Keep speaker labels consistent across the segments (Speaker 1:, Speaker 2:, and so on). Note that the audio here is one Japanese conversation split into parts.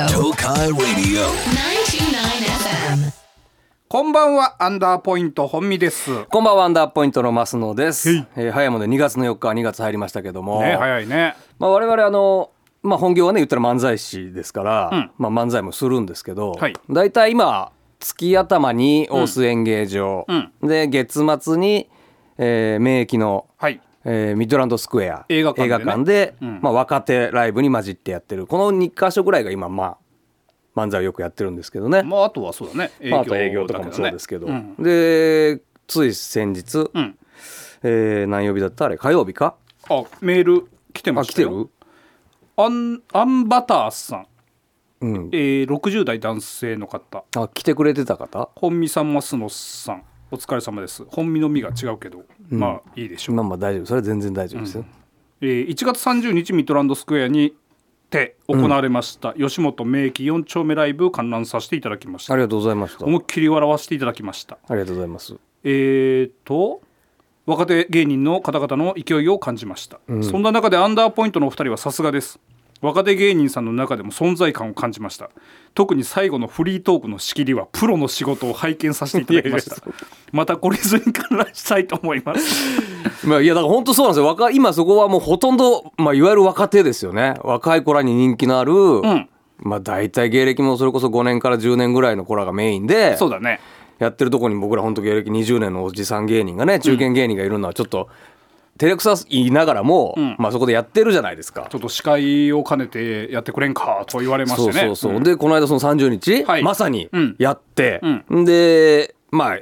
Speaker 1: イラディオ
Speaker 2: 929FM.
Speaker 3: こんばんは、アンダーポイント本見です。ね、
Speaker 4: こんばんは、アンダーポイントの増野です。えー早いもんで2月の4日、2月入りましたけども、
Speaker 3: 早いね。
Speaker 4: まあ、我々あの、まあ、本業はね、言ったら漫才師ですから、
Speaker 3: うん
Speaker 4: まあ、漫才もするんですけど、
Speaker 3: はい
Speaker 4: 大体今、月頭に大須演芸場、
Speaker 3: うん
Speaker 4: で、月末に、えー、名駅の、
Speaker 3: はい。
Speaker 4: えーミッドランドスクエア
Speaker 3: 映画館でね
Speaker 4: で
Speaker 3: うん
Speaker 4: まあ、若手ライブに混じってやってるこの2箇所ぐらいが今、まあ、漫才をよくやってるんですけどね、
Speaker 3: まああとはそうだね。営
Speaker 4: まあ、あと営業と
Speaker 3: だ
Speaker 4: か
Speaker 3: けどね
Speaker 4: もそうですけど、
Speaker 3: うん。
Speaker 4: でつい先日、
Speaker 3: うん
Speaker 4: えー何曜日だったあれ火曜日か
Speaker 3: あ、メール来てま
Speaker 4: あ
Speaker 3: し
Speaker 4: 来
Speaker 3: た
Speaker 4: て
Speaker 3: よ。
Speaker 4: る
Speaker 3: アンアンバターさん、
Speaker 4: うん
Speaker 3: えー、60代男性の方、
Speaker 4: あ来てくれてた方
Speaker 3: 本見さん増野さん、お疲れ様です。本見の身が違うけど、まあいいでしょう。
Speaker 4: まあまあ大丈夫それは全然大丈夫ですよ、
Speaker 3: えー、1月30日ミッドランドスクエアにて行われました、吉本名義4丁目ライブを観覧させていただきまし
Speaker 4: あ
Speaker 3: た。
Speaker 4: りがとうございました
Speaker 3: 思いっきり笑わせていただきました。
Speaker 4: ありがとうございます
Speaker 3: えー、と若手芸人の方々の勢いを感じました、そんな中でアンダーポイントのお二人はさすがです若手芸人さんの中でも存在感を感じました特に最後のフリートークの仕切りはプロの仕事を拝見させていただきま したまたこれ以上に観覧したいと思います
Speaker 4: まあいやだから本当そうなんですよ若今そこはもうほとんど、まあ、いわゆる若手ですよね若い子らに人気のある、
Speaker 3: ん
Speaker 4: まあ大体芸歴もそれこそ5年から10年ぐらいの子らがメインで
Speaker 3: そうだね
Speaker 4: やってるとこに僕ら本当芸歴20年のおじさん芸人がね中堅芸人がいるのはちょっと照れくさいながらも、
Speaker 3: ん
Speaker 4: まあそこでやってるじゃないですか
Speaker 3: ちょっと司会を兼ねてやってくれんかと言われましてね
Speaker 4: そうそうそう、
Speaker 3: ん
Speaker 4: でこの間その30日、
Speaker 3: はい
Speaker 4: まさに
Speaker 3: うん
Speaker 4: やって、
Speaker 3: う
Speaker 4: でまあ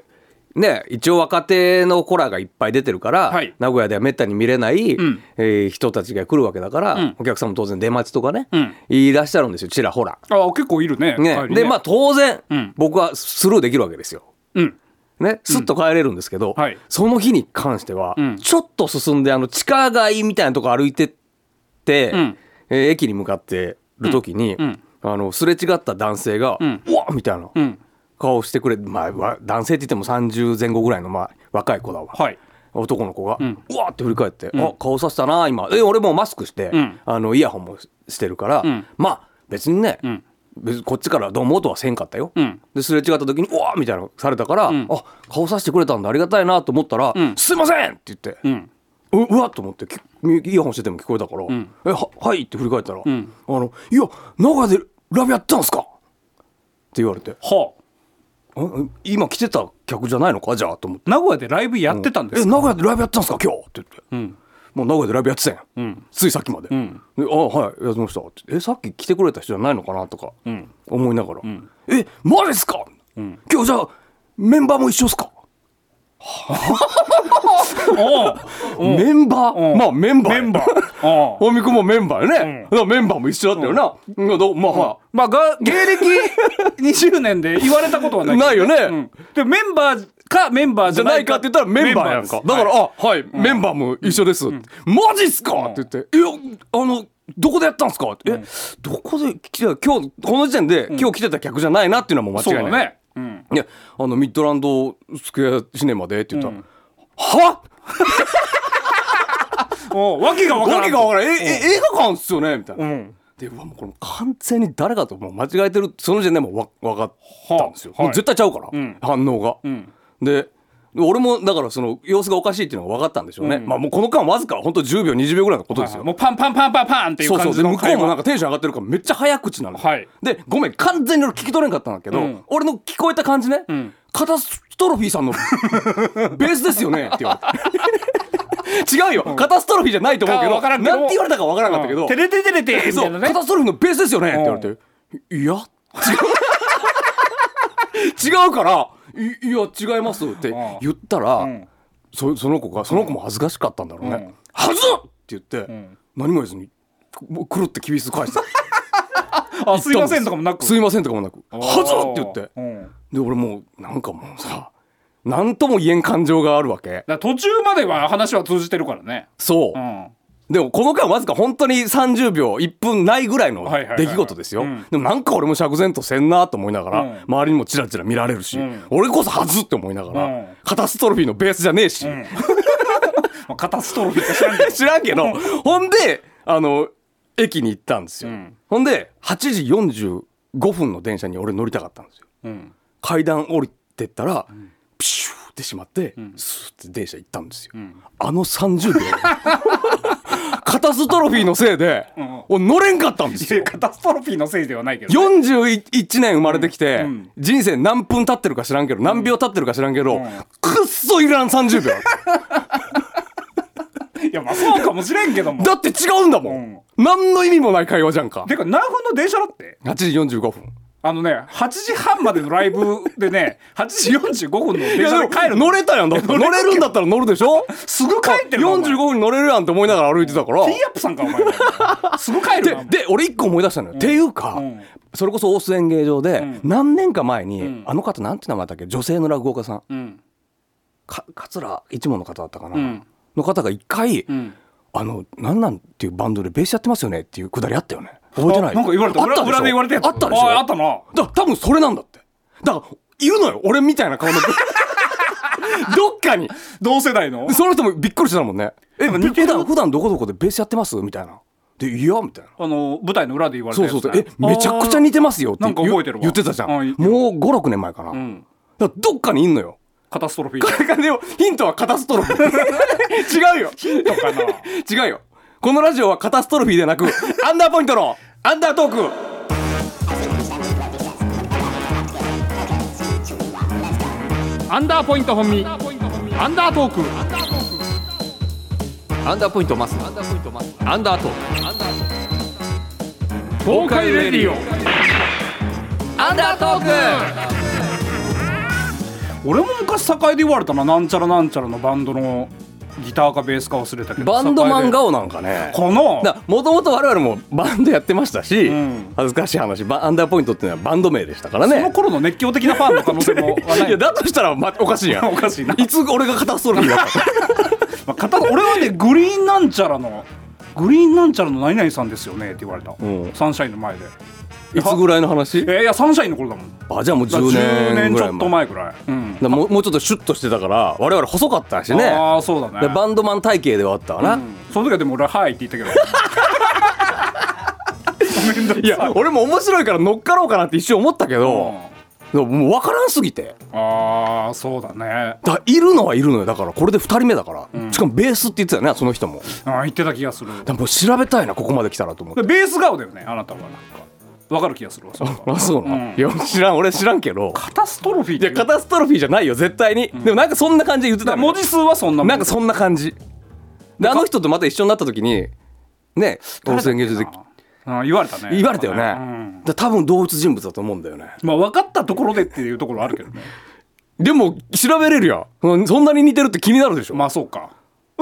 Speaker 4: ね、一応若手のコラがいっぱい出てるから、
Speaker 3: はい
Speaker 4: 名古屋ではめったに見れない、
Speaker 3: ん
Speaker 4: えー人たちが来るわけだから、
Speaker 3: ん
Speaker 4: お客さんも当然出待ちとかね、
Speaker 3: うん
Speaker 4: いらっしゃるんですよちらほら。
Speaker 3: あ結構いるね
Speaker 4: ね
Speaker 3: 帰り
Speaker 4: でまあ当然、
Speaker 3: うん
Speaker 4: 僕はスルーできるわけですよ。
Speaker 3: うん
Speaker 4: ね、すっと帰れるんですけど、
Speaker 3: はい
Speaker 4: その日に関しては、
Speaker 3: ん
Speaker 4: ちょっと進んであの地下街みたいなとこ歩いてって、
Speaker 3: ん
Speaker 4: えー駅に向かってる時に、
Speaker 3: ん
Speaker 4: あのすれ違った男性が「
Speaker 3: ん
Speaker 4: うわっ!」みたいな
Speaker 3: うん
Speaker 4: 顔してくれ、まあわ、男性って言っても30前後ぐらいの、まあ、若い子だわ、
Speaker 3: はい
Speaker 4: 男の子が、うわーって振り返って「あ顔させたな今」で俺もうマスクして、
Speaker 3: ん
Speaker 4: あのイヤホンもしてるから、
Speaker 3: ん
Speaker 4: まあ別にね、
Speaker 3: ん
Speaker 4: 別にこっちからどうもとはせんかったよ、
Speaker 3: うん
Speaker 4: ですれ違った時に「うわーみたいなのされたから、あ顔させてくれたんだありがたいなと思ったら「
Speaker 3: ん
Speaker 4: すいません!」って言って、
Speaker 3: う
Speaker 4: うんうわっと思ってきイヤホンしてても聞こえたから「えははい」って振り返ったら「あのいや名古屋でラブやったんすか?」って言われて
Speaker 3: はあ
Speaker 4: んん「今来てた客じゃないのかじゃあ」と思って。
Speaker 3: 名古屋でライブやってたんです
Speaker 4: え
Speaker 3: か
Speaker 4: 名古屋でライブやってたんですか今日って言って、もう名古屋でライブやってたやん、ついさっきまで,で、あはいやってましたってえさっき来てくれた人じゃないのかなとか思いながら、えマジっすか、今日じゃあメンバーも一緒っすか
Speaker 3: おう
Speaker 4: メンバー、まあメンバー
Speaker 3: メン バーおう
Speaker 4: 大見君もメンバーやね、だからメンバーも一緒だったよな、うんどまあ、は
Speaker 3: まあ、が芸歴20年で言われたことはない。
Speaker 4: ないよね
Speaker 3: うんで、メンバーかメンバーじ
Speaker 4: じ
Speaker 3: ゃ
Speaker 4: ゃ
Speaker 3: な
Speaker 4: ないいか
Speaker 3: か
Speaker 4: って言ったらメンバーやんか。だから、
Speaker 3: あ、
Speaker 4: あ、はい、メンバーも一緒です。マジっすかって言って、いや、あの、どこでやったんすかって、え、どこで、来て今日、この時点で、今日来てた客じゃないなっていうのはもう
Speaker 3: そう
Speaker 4: 間違い
Speaker 3: だ
Speaker 4: ない。
Speaker 3: ね。うん。
Speaker 4: いや、あの、ミッドランドスクエアシネマでって言ったら、は
Speaker 3: おうわけがわからん。
Speaker 4: わけがわからん。え、え、映画館っすよねみたいうな。
Speaker 3: ん。
Speaker 4: で、うわ、もうこれ完全に誰かともう間違えてる、その時点でもうわ分かったんですよ。
Speaker 3: はあはい
Speaker 4: もう絶対ちゃうから、
Speaker 3: ん
Speaker 4: 反応が。
Speaker 3: うん。
Speaker 4: で俺もだからその様子がおかしいっていうのが分かったんでしょうね、まあもうこの間わずか本当10秒20秒ぐらいのことですよ、
Speaker 3: もうパンパンパンパンパンっていう
Speaker 4: そうそ
Speaker 3: 感
Speaker 4: うで
Speaker 3: じの
Speaker 4: 向こ
Speaker 3: 会
Speaker 4: うもな
Speaker 3: 話。
Speaker 4: んかテンション上がってるからめっちゃ早口なの、
Speaker 3: はい
Speaker 4: でごめん完全に俺聞き取れんかったんだけど、
Speaker 3: うん
Speaker 4: 俺の聞こえた感じね、
Speaker 3: ん
Speaker 4: カタストロフィーさんの ベースですよねって言われて 違うよ、カタストロフィーじゃないと思うけ
Speaker 3: あ
Speaker 4: ど
Speaker 3: わからんけど
Speaker 4: なんて言われたか分からなかったけど、
Speaker 3: テレテテレテみた
Speaker 4: そ、
Speaker 3: いうな
Speaker 4: カ
Speaker 3: ね。
Speaker 4: タストロフィーのベースですよねって言われて、いや、違う。違う から、いいや、違いますって
Speaker 3: ん
Speaker 4: 言ったら、
Speaker 3: ん
Speaker 4: そその子が、その子も恥ずかしかったんだろうね。
Speaker 3: うん
Speaker 4: はずっって言って、何も言わずに、くくるって厳しく返した。
Speaker 3: あ、すいませんとかもなく。
Speaker 4: すいませんとかもなく、はずっって言って。
Speaker 3: うん。だか
Speaker 4: で、俺もう、なんかもうさ、なんとも言えん感情があるわけ。
Speaker 3: ら途中までは話は通じてるからね。
Speaker 4: そう。
Speaker 3: うん。
Speaker 4: でもこの間わずか本当に30秒1分ないぐらいの
Speaker 3: はいはいはいはい
Speaker 4: 出来事ですよ、
Speaker 3: うん
Speaker 4: でもなんか俺も釈然とせんなと思いながら、
Speaker 3: うん
Speaker 4: 周りにもチラチラ見られるし、
Speaker 3: ん
Speaker 4: 俺こそはずって思いながら、
Speaker 3: うん
Speaker 4: カタストロフィーのベースじゃねえし、
Speaker 3: まあカタストロフィーか知らんけど。
Speaker 4: 知らんけどほんであの駅に行ったんですよ、
Speaker 3: うん
Speaker 4: ほんで8時5分の電車に俺乗りたかったんですよ
Speaker 3: うん
Speaker 4: 階段降りてったら、ピシューってしまって、スーって電車行ったんですよ、あの30秒 カタストロフィーのせいで、俺乗れんかったんですよ
Speaker 3: カタストロフィーのせいではないけど
Speaker 4: 41年生まれてきて、
Speaker 3: ん
Speaker 4: 人生何分経ってるか知らんけど、何秒経ってるか知らんけど、
Speaker 3: ん
Speaker 4: くっそいらん30秒
Speaker 3: いやまあそうかもしれんけども
Speaker 4: だって違うんだもん、何の意味もない会話じゃんか
Speaker 3: てか何分の電車だって
Speaker 4: 8時45分
Speaker 3: あのね8時半までのライブで ね8時45分の
Speaker 4: い
Speaker 3: 電
Speaker 4: や
Speaker 3: 車
Speaker 4: で
Speaker 3: で
Speaker 4: も
Speaker 3: 帰る
Speaker 4: 乗れたやんだって乗れるんだったら乗るでしょ
Speaker 3: すぐ帰ってるなお前
Speaker 4: 45分に乗れるやんって思いながら歩いてたから
Speaker 3: ティーアップさんかお前すぐ帰るなお前
Speaker 4: でで俺一個思い出したのよ、っていうか、
Speaker 3: ん
Speaker 4: それこそ大須演芸場で、何年か前に、あの方なんて名前だっけ女性の落語家さん
Speaker 3: うん
Speaker 4: か桂一門の方だったかな、
Speaker 3: うん
Speaker 4: の方が一回、
Speaker 3: うん
Speaker 4: あの「なんなん」っていうバンドでベースやってますよねっていうくだりあったよね覚えてない
Speaker 3: あなんか言われた
Speaker 4: あった
Speaker 3: 裏裏で言われたやつ
Speaker 4: あったでしょ
Speaker 3: ああったな
Speaker 4: だ多分それなんだってだからいるのよ俺みた いな顔のどっかに
Speaker 3: 同世代の
Speaker 4: その人もびっくりしてたもんね「え
Speaker 3: なんか似てる
Speaker 4: 普段普段どこどこでベースやってます?」みたいな「でいや」みたいな
Speaker 3: あの舞台の裏で言われた
Speaker 4: そ
Speaker 3: や
Speaker 4: う
Speaker 3: つ
Speaker 4: そうそ
Speaker 3: だ
Speaker 4: うえめちゃくちゃ似てますよって
Speaker 3: なんか覚えてるわ
Speaker 4: 言ってたじゃん
Speaker 3: う
Speaker 4: も
Speaker 3: ん
Speaker 4: う56年前かな、
Speaker 3: ん
Speaker 4: だからどっかにいんのよ
Speaker 3: カタストロフィーだ
Speaker 4: でもヒントはカタストロフィー 違うよ
Speaker 3: ヒン トかな
Speaker 4: 違うよこのラジオはカタストロフィーでなく アンダーポイントのアンダートーク
Speaker 3: アンダーポイント本身アンダートーク
Speaker 4: アンダーポイントマスアンダーポイントマスアンダートー
Speaker 3: 東海レディオ
Speaker 4: クアンダートー
Speaker 3: 俺も昔栄で言われたななんちゃらなんちゃらのバンドのギターかベースか忘れたけど
Speaker 4: バンドマン
Speaker 3: 栄
Speaker 4: 顔なんかね
Speaker 3: でこの
Speaker 4: もともと我々もバンドやってましたし、
Speaker 3: ん
Speaker 4: 恥ずかしい話バアンダーポイントっていうのはバンド名でしたからね
Speaker 3: その頃の熱狂的なファンの可能性 もはない
Speaker 4: いやだとしたら、ま、おかしいやん
Speaker 3: おかしいない
Speaker 4: つ俺がカタストロフィーだったか
Speaker 3: まあ片俺はねグリーンなんちゃらのグリーンなんちゃらの何々さんですよねって言われた、
Speaker 4: ん
Speaker 3: サンシャインの前で
Speaker 4: いつぐらいの話
Speaker 3: えーいやサンシャインの頃だもん
Speaker 4: あじゃあもう
Speaker 3: だから
Speaker 4: 10年ぐ
Speaker 3: ち
Speaker 4: ら
Speaker 3: ょ
Speaker 4: い
Speaker 3: っと前
Speaker 4: 前
Speaker 3: ぐらい、うん
Speaker 4: だからもうもうちょっとシュッとしてたから我々細かったしね
Speaker 3: ああそうだね
Speaker 4: でバンドマン体型ではあったわな、
Speaker 3: うんその時はでも俺は「はい」って言ったけどごめんなさい
Speaker 4: いや俺も面白いから乗っかろうかなって一瞬思ったけど、でももう分からんすぎて
Speaker 3: ああそうだね
Speaker 4: だからいるのはいるのよだからこれで2人目だから、しかもベースって言ってたよねその人もだか
Speaker 3: あー言ってた気がする
Speaker 4: らもう調べたいなここまで来たらと思って
Speaker 3: でベース顔だよねあなたはなんかわかる気がするわそれは
Speaker 4: あそうな、
Speaker 3: うん
Speaker 4: いや知らん俺知らんけど
Speaker 3: カタストロフィーっ
Speaker 4: い
Speaker 3: て
Speaker 4: やカタストロフィーじゃないよ絶対に、でもなんかそんな感じで言ってたのよ
Speaker 3: 文字数はそんなも
Speaker 4: なんかそんな感じであの人とまた一緒になった時にね
Speaker 3: 誰
Speaker 4: 当
Speaker 3: だっけ
Speaker 4: 選
Speaker 3: な
Speaker 4: 芸術で
Speaker 3: うん言われたね
Speaker 4: 言われたよね、
Speaker 3: うん
Speaker 4: だから多分同一人物だと思うんだよね
Speaker 3: まあ分かったところでっていうところはあるけどね
Speaker 4: でも調べれるやんうんそんなに似てるって気になるでしょ、
Speaker 3: まあそうか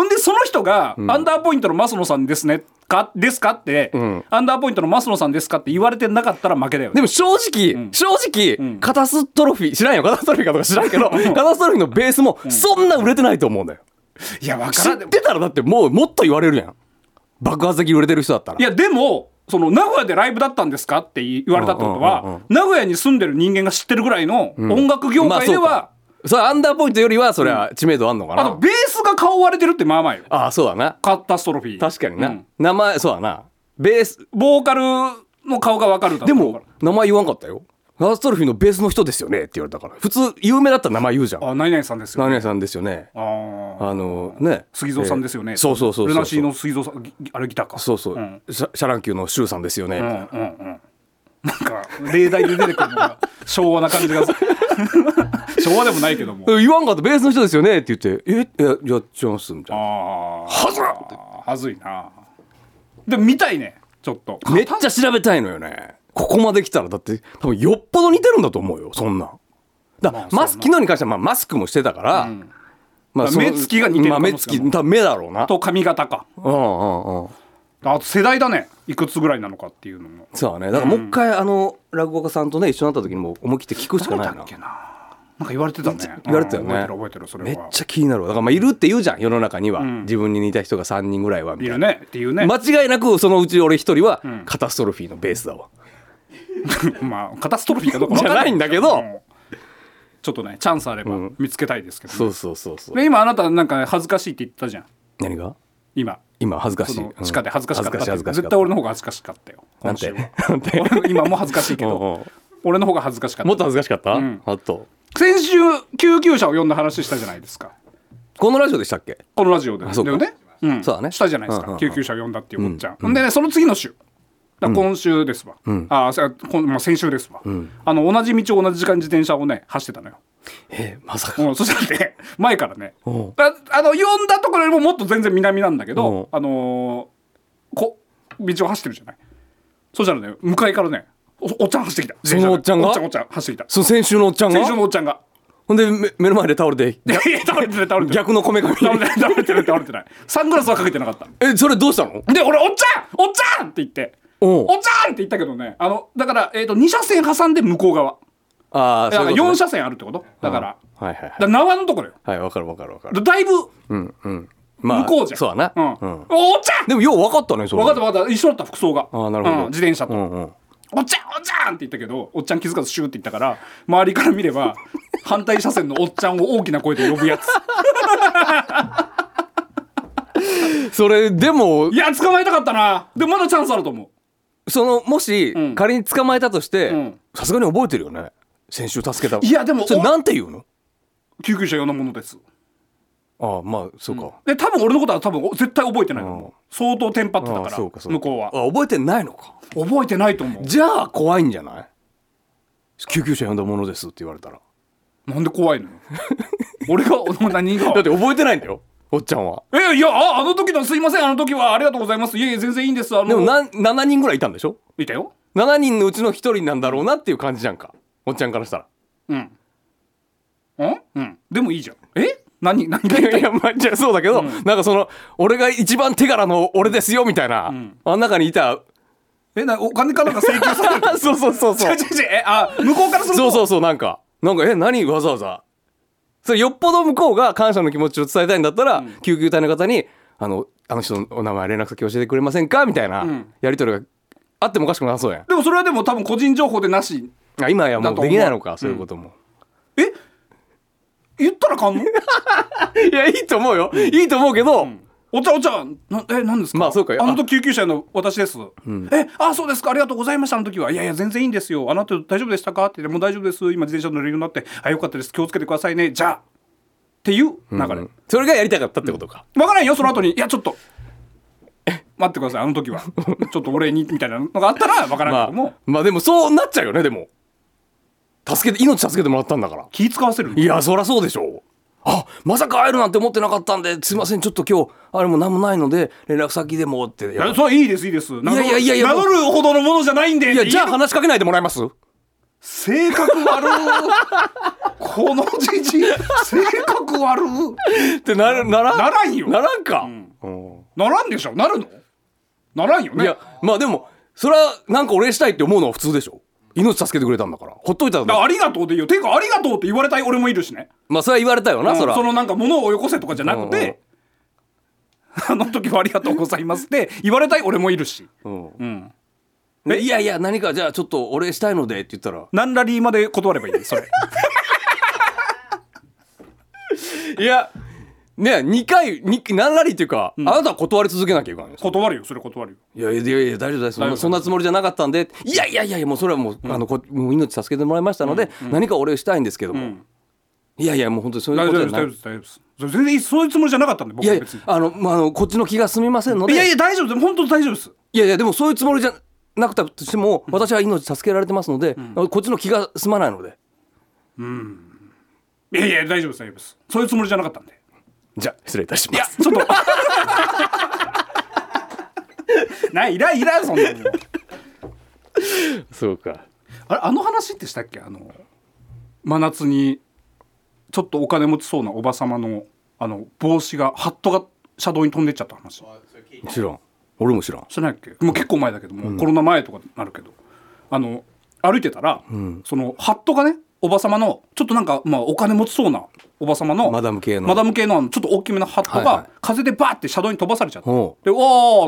Speaker 3: んでその人が、アンダーポイントのマスノさんですねかですかって、
Speaker 4: ん
Speaker 3: アンダーポイントのマスノさんですかって言われてなかったら負けだよね
Speaker 4: でも正直、正直、
Speaker 3: ん
Speaker 4: カタストロフィー知らんよカタストロフィーかとか知らんけ ど、カタストロフィーのベースもそんな売れて ないと思うんだよ、
Speaker 3: いや分
Speaker 4: 知
Speaker 3: ん
Speaker 4: ってたらだってもうもっと言われるやん爆発的に売れてる人だったら
Speaker 3: いやでもその名古屋でライブだったんですかって言われたってことは、
Speaker 4: うんうんうん
Speaker 3: 名古屋に住んでる人間が知ってるぐらいの音楽業界では、
Speaker 4: まあそうかそれアンダーポイントよりはそれは知名度あんのかな、
Speaker 3: あとベースが顔割れてるってまあまあよ
Speaker 4: ああそうだな
Speaker 3: カタストロフィー
Speaker 4: 確かにな、
Speaker 3: うん
Speaker 4: 名前そうだなベース
Speaker 3: ボーカルの顔が分かるだろう
Speaker 4: で
Speaker 3: か
Speaker 4: も名前言わんかったよラストルフィーのベースの人ですよねって言われたから普通有名だったら名前言うじゃん
Speaker 3: らあ何々さんですよ
Speaker 4: 何々さんですよね
Speaker 3: あー
Speaker 4: あのね
Speaker 3: 杉蔵さんですよね、
Speaker 4: えーそうそうそうそう
Speaker 3: ルナシーの杉蔵さんぎあれギターか
Speaker 4: そうそう、
Speaker 3: ん
Speaker 4: シャシャラン級のシュウさんですよね、
Speaker 3: うんうんうんなんか例題で出てくるのが昭和な感じがする 昭和でもないけども
Speaker 4: え言わんかったベースの人ですよねって言って「えいややっちゃいます」みたいな
Speaker 3: ああ
Speaker 4: はず
Speaker 3: はずいなでも見たいねちょっと
Speaker 4: めっちゃ調べたいのよねここまで来たらだって多分よっぽど似てるんだと思うよそんなんだ、
Speaker 3: まあそうな
Speaker 4: マス昨日に関してはまあマスクもしてたから、ま
Speaker 3: だから
Speaker 4: その
Speaker 3: 目つきが似てる
Speaker 4: まあ、
Speaker 3: 可
Speaker 4: 目
Speaker 3: 能
Speaker 4: つ
Speaker 3: 性
Speaker 4: き
Speaker 3: も
Speaker 4: 多分目だろうな
Speaker 3: と髪型か
Speaker 4: うんうんうん
Speaker 3: あと世代だねいくつぐらいなのかっていうのも
Speaker 4: そうだねだからもう一回、あの落語家さんとね一緒になった時にもう思い切って聞くしかない
Speaker 3: 誰だ
Speaker 4: な
Speaker 3: っけななんか言われてたね
Speaker 4: 言われてたよね、
Speaker 3: うん覚えてる覚えてるそれ
Speaker 4: めっ
Speaker 3: は
Speaker 4: ちゃ気になるわだからまあいるって言うじゃん世の中には、自分に似た人が3人ぐらいはみ
Speaker 3: い
Speaker 4: たい
Speaker 3: る
Speaker 4: な、
Speaker 3: ねっていうね
Speaker 4: 間違いなくそのうち俺一人はカタストロフィーのベースだわ、
Speaker 3: まあカタストロフィーかどうかわか
Speaker 4: じゃないんだけど
Speaker 3: うんちょっとねチャンスあれば見つけたいですけどね
Speaker 4: そうそうそうそう
Speaker 3: で今あなたなんか恥ずかしいって言ってたじゃん
Speaker 4: 何が
Speaker 3: 今
Speaker 4: 今恥ずかし
Speaker 3: その
Speaker 4: い
Speaker 3: 地下で恥ずかしかったって
Speaker 4: 恥ずかしい恥ずかしかった
Speaker 3: 絶対俺の方が恥ずかしかったよ
Speaker 4: なん
Speaker 3: 今週
Speaker 4: て
Speaker 3: は
Speaker 4: なんて
Speaker 3: 俺今も恥ずかしいけ
Speaker 4: お うお
Speaker 3: ど
Speaker 4: う
Speaker 3: 俺の方が恥ずかしか
Speaker 4: も
Speaker 3: っ
Speaker 4: っと恥ずかしかった、
Speaker 3: ん
Speaker 4: あと
Speaker 3: た先週救急車を呼んだ話したじゃないですか
Speaker 4: このラジオでしたっけ
Speaker 3: このラジオでだ
Speaker 4: そうか
Speaker 3: よねうん
Speaker 4: そうだね
Speaker 3: したじゃないです
Speaker 4: うんうんう
Speaker 3: か
Speaker 4: ん
Speaker 3: 救急車を呼んだっていうおっちゃんほんでねその次の週だから今週ですわあせこんまあ先週ですわあの同じ道を同じ時間に自転車をね走ってたのよ
Speaker 4: えまさか
Speaker 3: うん、そしたらね前からね
Speaker 4: おう
Speaker 3: ああの呼んだところよりももっと全然南なんだけ
Speaker 4: おう
Speaker 3: ど、あのーこ道を走ってるじゃないそしたらね向かいからねおおっちゃん走ってきた
Speaker 4: そのおっちゃんが
Speaker 3: おっちゃんおっちゃん走ってきた
Speaker 4: その先週のおっちゃんが
Speaker 3: 先週のおっちゃんが
Speaker 4: ほんでめ目の前で倒れて
Speaker 3: いやいや倒れてない倒れてない
Speaker 4: 逆のこめかみ
Speaker 3: 倒れてない倒れてない倒れてないサングラスはかけてなかった
Speaker 4: えそれどうしたの
Speaker 3: で俺「おっちゃんおっちゃん!」って言って「
Speaker 4: おう
Speaker 3: おっちゃん!」って言ったけどねあのだから、えー、と2車線挟んで向こう側
Speaker 4: ああ
Speaker 3: だ
Speaker 4: そう
Speaker 3: から
Speaker 4: いうことね
Speaker 3: 4車線あるってことだから
Speaker 4: はいはい
Speaker 3: だから縄のところよ
Speaker 4: はいはいわかるわかるわかる
Speaker 3: だだいぶ
Speaker 4: うんうんまあ
Speaker 3: 向こうじゃん、
Speaker 4: そうだな
Speaker 3: うん
Speaker 4: うん
Speaker 3: おっちゃん
Speaker 4: でもようわかったねそれ
Speaker 3: 分かった分かった一緒だった服装が
Speaker 4: あーなるほど
Speaker 3: うん自転車と、
Speaker 4: うんうん
Speaker 3: おっちゃんおっちゃんって言ったけどおっちゃん気づかずシューって言ったから周りから見れ ば反対車線のおっちゃんを大きな声で呼ぶやつ
Speaker 4: それでも
Speaker 3: いや捕まえたかったなでもまだチャンスあると思う
Speaker 4: そのもし
Speaker 3: ん
Speaker 4: 仮に捕まえたとして
Speaker 3: ん
Speaker 4: さすがに覚えてるよね先週助けた
Speaker 3: いやでも
Speaker 4: それ
Speaker 3: お
Speaker 4: なんて言うの
Speaker 3: 救急車用のものです
Speaker 4: ああまあそうか
Speaker 3: で多分俺のことは多分お絶対覚えてないと思う、
Speaker 4: うん
Speaker 3: 相当テンパってた
Speaker 4: あ
Speaker 3: か
Speaker 4: あ
Speaker 3: ら
Speaker 4: そうかそうか
Speaker 3: 向こうは
Speaker 4: あ覚えてないのか
Speaker 3: 覚えてないと思う
Speaker 4: じゃあ怖いんじゃない救急車呼んだものですって言われたら
Speaker 3: なんで怖い のよ俺がお何が
Speaker 4: だって覚えてないんだよおっちゃんは
Speaker 3: えいやああの時のすいませんあの時はありがとうございますいえいえ全然いいんですあの
Speaker 4: でもな7人ぐらいいたんでしょ
Speaker 3: いたよ
Speaker 4: 7人のうちの1人なんだろうなっていう感じじゃんかおっちゃんからしたら
Speaker 3: うん。うんうん。でもいいじゃん。え何何が
Speaker 4: い
Speaker 3: 言っ
Speaker 4: や
Speaker 3: た
Speaker 4: いやまあじゃあそうだけど、なんかその俺が一番手柄の俺ですよみたいな、あん中にいた。
Speaker 3: えなお金かなんか請求される
Speaker 4: そうそうそうそう
Speaker 3: 違う違う違うえあ向こうからする
Speaker 4: そう
Speaker 3: と
Speaker 4: そうそうなんかなんかえ何わざわざそれよっぽど向こうが感謝の気持ちを伝えたいんだったら、救急隊の方にあの「あの人のお名前連絡先教えてくれませんか?」みたいな、
Speaker 3: ん
Speaker 4: やり取りがあってもおかしくなさそうやん
Speaker 3: でもそれはでも多分個人情報でなし。
Speaker 4: あ今やも
Speaker 3: だ
Speaker 4: う
Speaker 3: と思
Speaker 4: で
Speaker 3: う
Speaker 4: きないのかそういうことも、
Speaker 3: え言ったらか んの？
Speaker 4: いやいいと思うよいいと思うけど、
Speaker 3: お茶お茶なえ何ですか。
Speaker 4: まあそうか
Speaker 3: あの時救急車の私です。えあそうですかありがとうございましたあの時はいやいや全然いいんですよあなた大丈夫でしたかって言ってもう大丈夫です今自転車乗れるようになってあよかったです気をつけてくださいねじゃあっていう流れ。
Speaker 4: それがやりたかったってことか、
Speaker 3: わからんよその後に「いやちょっと待ってくださいあの時はちょっと俺に」みたいなのがあったらわからん
Speaker 4: ま
Speaker 3: け
Speaker 4: あ
Speaker 3: ども、
Speaker 4: まあでもそうなっちゃうよねでも助けて命助けてもらったんだから
Speaker 3: 気使わせる
Speaker 4: いやそりゃそうでしょうあまさか会えるなんて思ってなかったんですいませんちょっと今日あれも何もないので連絡先でもってい
Speaker 3: いやそういいですいいです名乗る
Speaker 4: いやいやいや
Speaker 3: 名乗るほどのものじゃないんで
Speaker 4: やじゃあ
Speaker 3: い
Speaker 4: 話しかけないでもらえます
Speaker 3: 性格悪い このじじい性格悪い
Speaker 4: ってなるなら
Speaker 3: ならんよ
Speaker 4: ならんか、
Speaker 3: ならんでしょなるのならんよ
Speaker 4: うんい
Speaker 3: ね
Speaker 4: やまあでもそれはなんかお礼したいって思うのは普通でしょ命助けてくれたんだからほっといた
Speaker 3: だから
Speaker 4: ら
Speaker 3: ありがとうでいいよていうかありがとうって言われたい俺もいるしね
Speaker 4: まあそれは言われたよな、
Speaker 3: うん
Speaker 4: そら
Speaker 3: そのなんか物をよこせとかじゃなくて、あの時はありがとうございますって言われたい俺もいるし
Speaker 4: うん
Speaker 3: ん
Speaker 4: ねいやいや何かじゃあちょっとお礼したいのでって言ったら
Speaker 3: 何ラリーまで断ればいいそれ
Speaker 4: いやね二回に何ラリーっていうか、あなたは断り続けなきゃいけないんですよ
Speaker 3: 断るよそれ断るよ
Speaker 4: いやいやいやいや大丈夫ですそ
Speaker 3: 大
Speaker 4: ん
Speaker 3: 丈
Speaker 4: な
Speaker 3: 夫
Speaker 4: そんなつもりじゃなかったんでいやいやいやいやもうそれはもう,、あのこもう命助けてもらいましたので、何かお礼をしたいんですけども、いやいやもう本当にそういう
Speaker 3: 大
Speaker 4: こ
Speaker 3: 丈
Speaker 4: と
Speaker 3: 夫で
Speaker 4: じゃ
Speaker 3: す大丈夫です
Speaker 4: ない
Speaker 3: 大丈夫ですそれ全然そういうつもりじゃなかったんで
Speaker 4: い
Speaker 3: 僕
Speaker 4: や
Speaker 3: はい
Speaker 4: や
Speaker 3: 別に
Speaker 4: あの,、まあ、あのこっちの気が済みませんので
Speaker 3: いやいや大丈夫です本当大丈夫です
Speaker 4: いやいやでもそういうつもりじゃなくたとしても、私は命助けられてますので、こっちの気が済まないので
Speaker 3: いやいや大丈夫です大丈夫ですそういうつもりじゃなかったんで
Speaker 4: じゃあ失礼いたし
Speaker 3: い
Speaker 4: ま
Speaker 3: や
Speaker 4: す
Speaker 3: ちょっとないいらんいらんそんなの
Speaker 4: そうか
Speaker 3: あれあの話ってしたっけあの真夏にちょっとお金持ちそうなおばさまのあの帽子がハットが車道に飛んでっちゃった話
Speaker 4: 知らん俺も知らん
Speaker 3: してないっけもう結構前だけども、コロナ前とかになるけどあの歩いてたら、そのハットがねおば様のちょっとなんか、まあ、お金持ちそうなおば様の
Speaker 4: マダム系の
Speaker 3: マダム系のあのちょっと大きめのハット
Speaker 4: はいはい
Speaker 3: が風でバーって車道に飛ばされちゃって、
Speaker 4: ほ
Speaker 3: で「おー!」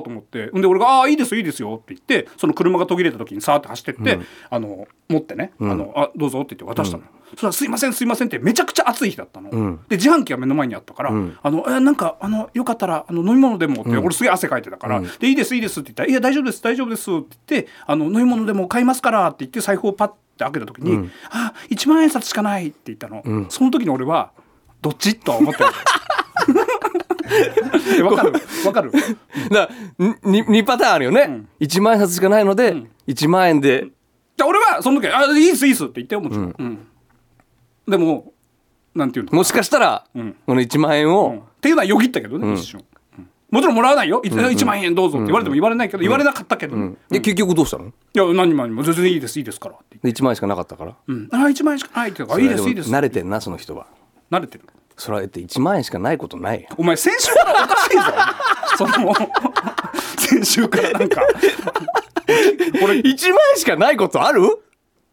Speaker 3: と思ってんで俺が「ああいいですよいいですよ」って言ってその車が途切れた時にさーって走ってって、あの持ってね「あのあどうぞ」って言って渡したの、そしたら「すいませんすいません」ってめちゃくちゃ暑い日だったの、で自販機が目の前にあったから「あのえなんかあのよかったらあの飲み物でも」って、俺すげえ汗かいてたから「でいいですいいです」って言ったら「いや大丈夫です大丈夫です」って言ってあの「飲み物でも買いますから」って言って財布をパッて開けた時に「あ1万円札しかない」って言ったの、その時の俺は「どっち?」とは思って るえわかるわかる
Speaker 4: だにに2パターンあるよね、一1万円札しかないので、一1万円で
Speaker 3: で俺はその時「あいいっすいいっす」って言ってよもちろん、うんでもなんていうのかな
Speaker 4: もしかしたら、
Speaker 3: ん
Speaker 4: この1万円を、
Speaker 3: っていうのはよぎったけどね、一瞬、うんもちろんもらわないよ、い1万円どうぞって言われても言われないけど、言われなかったけどね、
Speaker 4: で結局どうしたの
Speaker 3: いや何も何も全然いいですいいですからって言って
Speaker 4: で1万円しかなかったから、
Speaker 3: うん、あ1万円しかないって言うからいいですいいです
Speaker 4: 慣れてんなその人は
Speaker 3: 慣れてる
Speaker 4: それはだって1万円しかないことないよ
Speaker 3: お前先週からおかしいぞ その 先週からなんか
Speaker 4: これ1万円 しかないことある
Speaker 3: い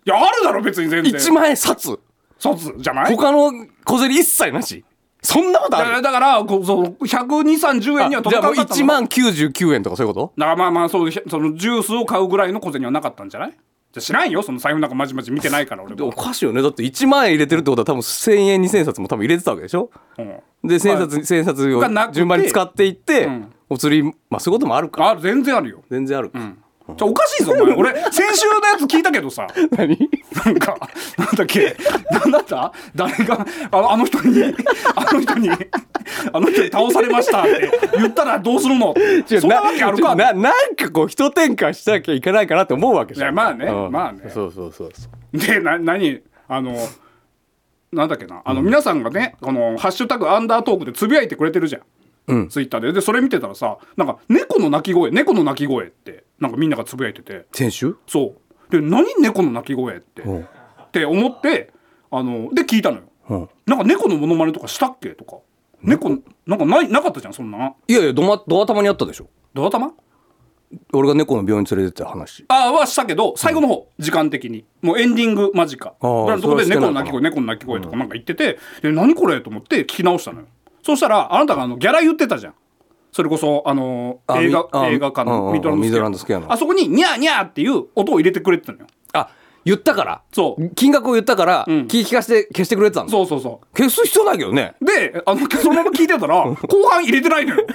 Speaker 3: やあるだろ別に全然
Speaker 4: ?1 万円札
Speaker 3: 卒じゃない
Speaker 4: 他の小銭一切なしそんなこと
Speaker 3: だ
Speaker 4: あ
Speaker 3: から
Speaker 4: る
Speaker 3: だからこうそう12030円には
Speaker 4: あじ
Speaker 3: 届
Speaker 4: ゃあ
Speaker 3: か
Speaker 4: もう
Speaker 3: なかったの
Speaker 4: 1万99円とかそういうこと
Speaker 3: だからまあまあそうひそのジュースを買うぐらいの小銭はなかったんじゃないじゃあ知らんよその財布なんかまじまじ見てないから俺
Speaker 4: でお
Speaker 3: も、
Speaker 4: かしいよねだって1万円入れてるってことは多分1000円2000冊も多分入れてたわけでしょ
Speaker 3: うん、
Speaker 4: で1000冊1000冊
Speaker 3: がなく
Speaker 4: を
Speaker 3: て
Speaker 4: 順番に使っていって、
Speaker 3: ん
Speaker 4: お釣りまあそういうこともあるか
Speaker 3: あ全然あるよ
Speaker 4: 全然あるか、
Speaker 3: じゃあおかしいぞお前俺先週のやつ聞いたけどさ
Speaker 4: 何
Speaker 3: なんかなんだっけなんだった誰があのあの人にあの人にあの人に倒されましたって言ったらどうするの
Speaker 4: 違う
Speaker 3: そんなわけあるか
Speaker 4: 違うななんかこう一転換しなきゃいけないかなって思うわけじ
Speaker 3: いや
Speaker 4: ゃん
Speaker 3: まあね
Speaker 4: うん
Speaker 3: まあね
Speaker 4: そうそうそうそう
Speaker 3: でな何あのなんだっけなあの、皆さんがねこの「ハッシュタグアンダートーク」でつぶやいてくれてるじゃん、
Speaker 4: うん
Speaker 3: ツイッターででそれ見てたらさなんか「猫の鳴き声猫の鳴き声」ってなんかみんながつぶやいてて
Speaker 4: 先週
Speaker 3: そうで何猫の鳴き声って、
Speaker 4: ん
Speaker 3: って思ってあので聞いたのよ、
Speaker 4: うん
Speaker 3: なんか猫のモノマネとかしたっけとか猫なんかないなかったじゃんそんない
Speaker 4: やいやど,、ま、ど頭にあったでしょ
Speaker 3: ドア玉
Speaker 4: 俺が猫の病院連れてった話
Speaker 3: あはしたけど最後の方、時間的にもうエンディング間近
Speaker 4: あー
Speaker 3: ぐらいのとこで
Speaker 4: それ
Speaker 3: 猫
Speaker 4: は
Speaker 3: の鳴
Speaker 4: してない
Speaker 3: き
Speaker 4: か
Speaker 3: 声猫の鳴き声とかなんか言ってて、で何これと思って聞き直したのよそしたらあなたがあのギャラ言ってたじゃんそれこそあの
Speaker 4: あ
Speaker 3: 映画
Speaker 4: みあ
Speaker 3: 映画館
Speaker 4: うんう
Speaker 3: の
Speaker 4: ん
Speaker 3: ミ
Speaker 4: ミ
Speaker 3: ド
Speaker 4: ド
Speaker 3: ラ
Speaker 4: ラ
Speaker 3: ン
Speaker 4: ン
Speaker 3: ド
Speaker 4: ド
Speaker 3: ス
Speaker 4: ス
Speaker 3: ケ
Speaker 4: ケ
Speaker 3: ア
Speaker 4: ア
Speaker 3: の
Speaker 4: の
Speaker 3: あそこにニャーニャーっていう音を入れてくれてたのよ
Speaker 4: あ言ったから
Speaker 3: そう
Speaker 4: 金額を言ったから、気聞かして消してくれてたんだ
Speaker 3: そうそうそう
Speaker 4: 消す必要ないけどね
Speaker 3: で、あの、そのまま聞いてたら、後半入れてないのよ。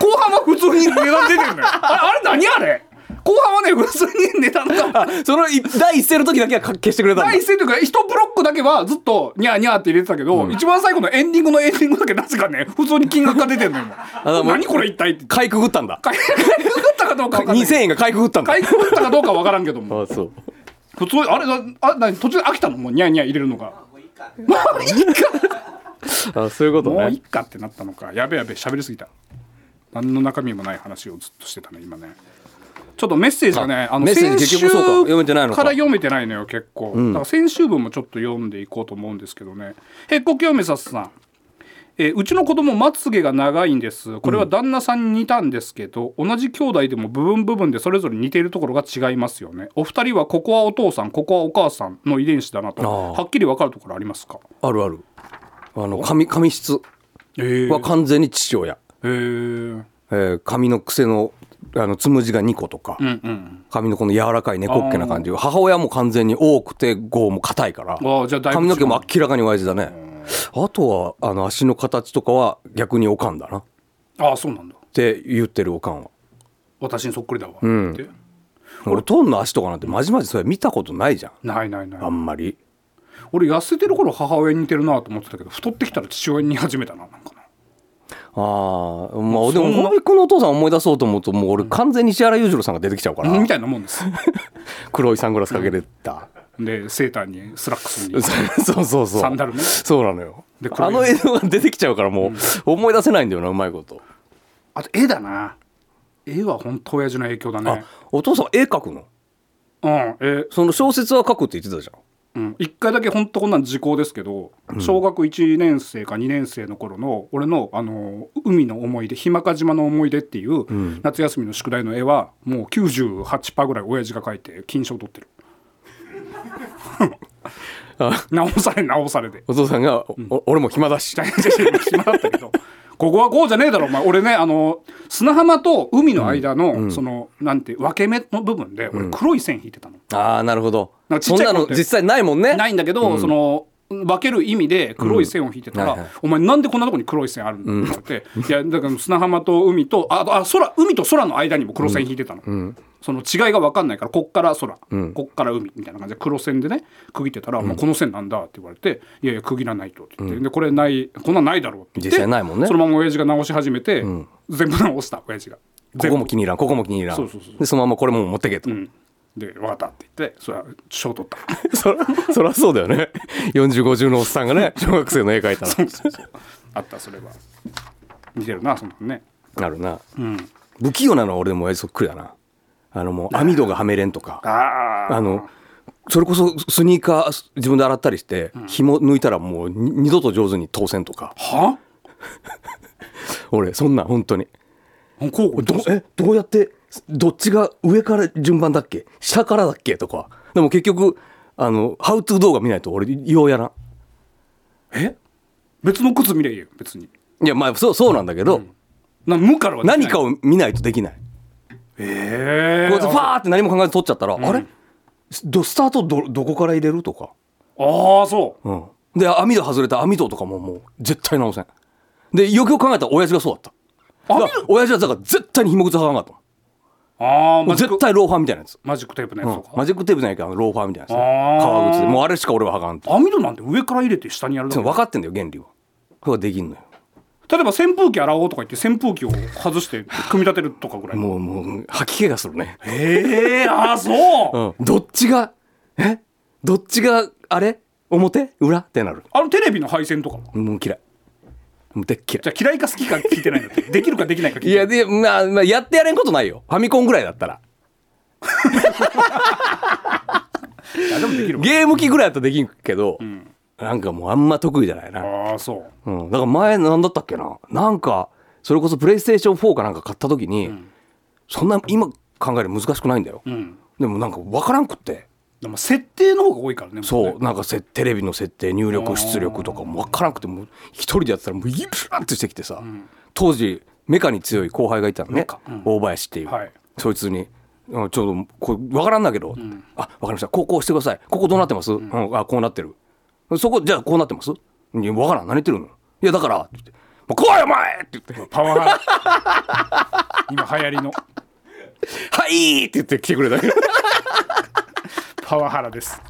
Speaker 3: 後半は普通に値段出てるのよ。あれ、あれ何あれ後半はね、普通に値段が。
Speaker 4: そのい第一声の時だけはか消してくれたんだ
Speaker 3: 第一声というか、一ブロックだけはずっと、ニャーニャーって入れてたけど、一番最後のエンディングのエンディングだけなぜかね、普通に金額が出てるのよ。
Speaker 4: だもう
Speaker 3: 何これ一体って。
Speaker 4: かいくぐったんだ
Speaker 3: 買い買いくぐったかどうか分かんない。
Speaker 4: 2000円がかいくぐったんだ
Speaker 3: 買いくぐったかどうか分からんけども。
Speaker 4: あそう
Speaker 3: 普通、あれ、なあな途中で飽きたのもうニャーニャー入れるのが。もういいか。
Speaker 4: あそういうこと
Speaker 3: もうい
Speaker 4: ね
Speaker 3: っかってなったのかやべやべ喋りすぎた何の中身もない話をずっとしてたね今ねちょっとメッセージがね
Speaker 4: あ
Speaker 3: あの
Speaker 4: メッセージ
Speaker 3: 先
Speaker 4: 結局そうか
Speaker 3: 週
Speaker 4: 読めてないのか
Speaker 3: から読めてないのよ結構、だから先週分もちょっと読んでいこうと思うんですけどねへっこきおめさすさんえーうちの子供まつげが長いんですこれは旦那さんに似たんですけど、同じ兄弟でも部分部分でそれぞれ似ているところが違いますよねお二人はここはお父さんここはお母さんの遺伝子だなと
Speaker 4: あー
Speaker 3: はっきり分かるところありますか
Speaker 4: あるあるあの髪髪質
Speaker 3: えー、
Speaker 4: は完全に父親、
Speaker 3: えー、
Speaker 4: えー髪の癖のあのつむじが2個とか、
Speaker 3: うんうん
Speaker 4: 髪のこの柔らかい猫っけな感じ母親も完全に多くて剛も硬いから
Speaker 3: ああじゃあだいぶ違う
Speaker 4: 髪の毛も明らかにワイズだねあとはあの足の形とかは逆におかんだなっ
Speaker 3: ああそうなんだ
Speaker 4: て言ってるおかんは
Speaker 3: 私にそっくりだわ、って
Speaker 4: おとんの足とかなんてまじまじそれ見たことないじゃん
Speaker 3: ないないない
Speaker 4: あんまり
Speaker 3: 俺痩せてる頃母親に似てるなと思ってたけど太ってきたら父親に似始めたななんかな
Speaker 4: ああまあで
Speaker 3: そんな
Speaker 4: も堀君のお父さん思い出そうと思うともう俺完全に石原裕次郎さんが出てきちゃうから、
Speaker 3: みたいなもん です
Speaker 4: 黒いサングラスかけれた、
Speaker 3: でセーターにスラックスに
Speaker 4: そうそうそう
Speaker 3: サンダルね
Speaker 4: そうなのよ
Speaker 3: で黒い
Speaker 4: あの映像が出てきちゃうからもう思い出せないんだよなうまいこと
Speaker 3: あと絵だな絵は本当親父の影響だ
Speaker 4: あ
Speaker 3: ね
Speaker 4: お父さん絵描くの
Speaker 3: うんえ
Speaker 4: その小説は書くって言ってたじゃん
Speaker 3: うん、1回だけ本当こんなん時効ですけど、小学1年生か2年生の頃の俺のあの海の思い出日間賀島の思い出っていう夏休みの宿題の絵はもう98%ぐらい親父が描いて金賞取ってる直され直されで
Speaker 4: お父さんが、おお俺も暇だし
Speaker 3: 大変暇だったけどここはこうじゃねえだろお前俺ねあの砂浜と海の間の、そのなんて分け目の部分で俺黒い線引いてたの、
Speaker 4: ああなるほど
Speaker 3: なんかちっち
Speaker 4: そん
Speaker 3: ゃい
Speaker 4: なの
Speaker 3: 頃って
Speaker 4: 実際ないもんね
Speaker 3: ないんだけど、その分ける意味で黒い線を引いてたら「
Speaker 4: うんはいはい
Speaker 3: お前なんでこんなとこに黒い線あるんだ」って言って、いやだから砂浜と海とああ空海と空の間にも黒線引いてたの、その違いが分かんないからこっから空、こっから海みたいな感じで黒線でね区切ってたら「まあこの線なんだ」って言われて「いやいや区切らないと」って言って、でこれないこんなんないだろうって言って
Speaker 4: 実際ないもんね
Speaker 3: そのまま親父が直し始めて、全部直した親父が。
Speaker 4: こ
Speaker 3: 全
Speaker 4: こ
Speaker 3: 部
Speaker 4: も気に入らんここも気に入らん
Speaker 3: そうそうそう
Speaker 4: でそのままこれも持ってけと、
Speaker 3: で分かったって言ってそれは賞取った。
Speaker 4: そらそらそうだよね4050のおっさんがね小学生の絵描いたら
Speaker 3: あったそれは似てるなそのね
Speaker 4: なるな、不器用なのは俺でも親父そっくりだなあのもう網戸がはめれんとか
Speaker 3: あ
Speaker 4: あのそれこそスニーカー自分で洗ったりして、紐抜いたらもうに二度と上手に通せんとか
Speaker 3: は
Speaker 4: 俺そんなん本当に
Speaker 3: 交互
Speaker 4: どえどうやってどっちが上から順番だっけ下からだっけとかでも結局あのハウトゥー動画見ないと俺ようやらん
Speaker 3: え別の靴見ればいいよ別に
Speaker 4: いやまあそうそうなんだけど、
Speaker 3: な無からはできない
Speaker 4: 何かを見ないとできない、
Speaker 3: ええ
Speaker 4: こうやってファーって何も考えず取っちゃったら、あれどスタートどどこから入れるとか、
Speaker 3: ああそう
Speaker 4: うん、で網戸外れた網戸とかももう絶対直せんでよくよく考えたら親父がそうだった
Speaker 3: 網
Speaker 4: だから親父はだから絶対に紐靴はかなかっ
Speaker 3: ああ
Speaker 4: たも
Speaker 3: マ
Speaker 4: う
Speaker 3: ジック
Speaker 4: 絶対ローファーみたいなやつ、
Speaker 3: マジックテープの
Speaker 4: う
Speaker 3: や
Speaker 4: ん
Speaker 3: つとか、
Speaker 4: マジックテープじゃないけどローファーみたいなやつ
Speaker 3: あー
Speaker 4: 革靴でもうあれしか俺ははかんと
Speaker 3: 網戸なんて上から入れて下にやるだ
Speaker 4: で
Speaker 3: け
Speaker 4: も分かってんだよ原理はそれはできんのよ
Speaker 3: 例えば扇風機洗おうとか言って扇風機を外して組み立てるとかぐらい
Speaker 4: もうもう吐き気がするね、
Speaker 3: ええああそう、
Speaker 4: うん、どっちがえどっちがあれ表裏ってなる
Speaker 3: あのテレビの配線とかは
Speaker 4: もう嫌いもうでっ嫌い
Speaker 3: じゃあ嫌いか好きか聞いてないんだってできるかできないか聞いて
Speaker 4: い
Speaker 3: ない
Speaker 4: やで、まあ、まあやってやれんことないよファミコンぐらいだったら
Speaker 3: いやでもできるわ
Speaker 4: ゲーム機ぐらいだったらできんけど、なんかもうあんま得意じゃないな、
Speaker 3: ああそう
Speaker 4: うん、だから前なんだったっけななんかそれこそプレイステーション4かなんか買った時に、そんな今考える難しくないんだよ、
Speaker 3: ん
Speaker 4: でもなんか分からんくって
Speaker 3: でも設定の方が多いからねも
Speaker 4: そう
Speaker 3: ね
Speaker 4: うなんかせテレビの設定入力出力とかも分からなくてもう一人でやってたらもうイラッとしてきてさ、当時メカに強い後輩がいたのね
Speaker 3: メカうん
Speaker 4: 大林っていう、
Speaker 3: はい
Speaker 4: そいつに「うんちょうどこう分からんだけど」あ分かりましたこうこうしてくださいここどうなってます、うんあこうなってるそこじゃあこうなってますいや分からん何言ってるのいやだから」って言って「もう来いお前!」って言って「
Speaker 3: パワハラ今流行りの
Speaker 4: はい!」って言って来てくれたけど
Speaker 3: パワハラです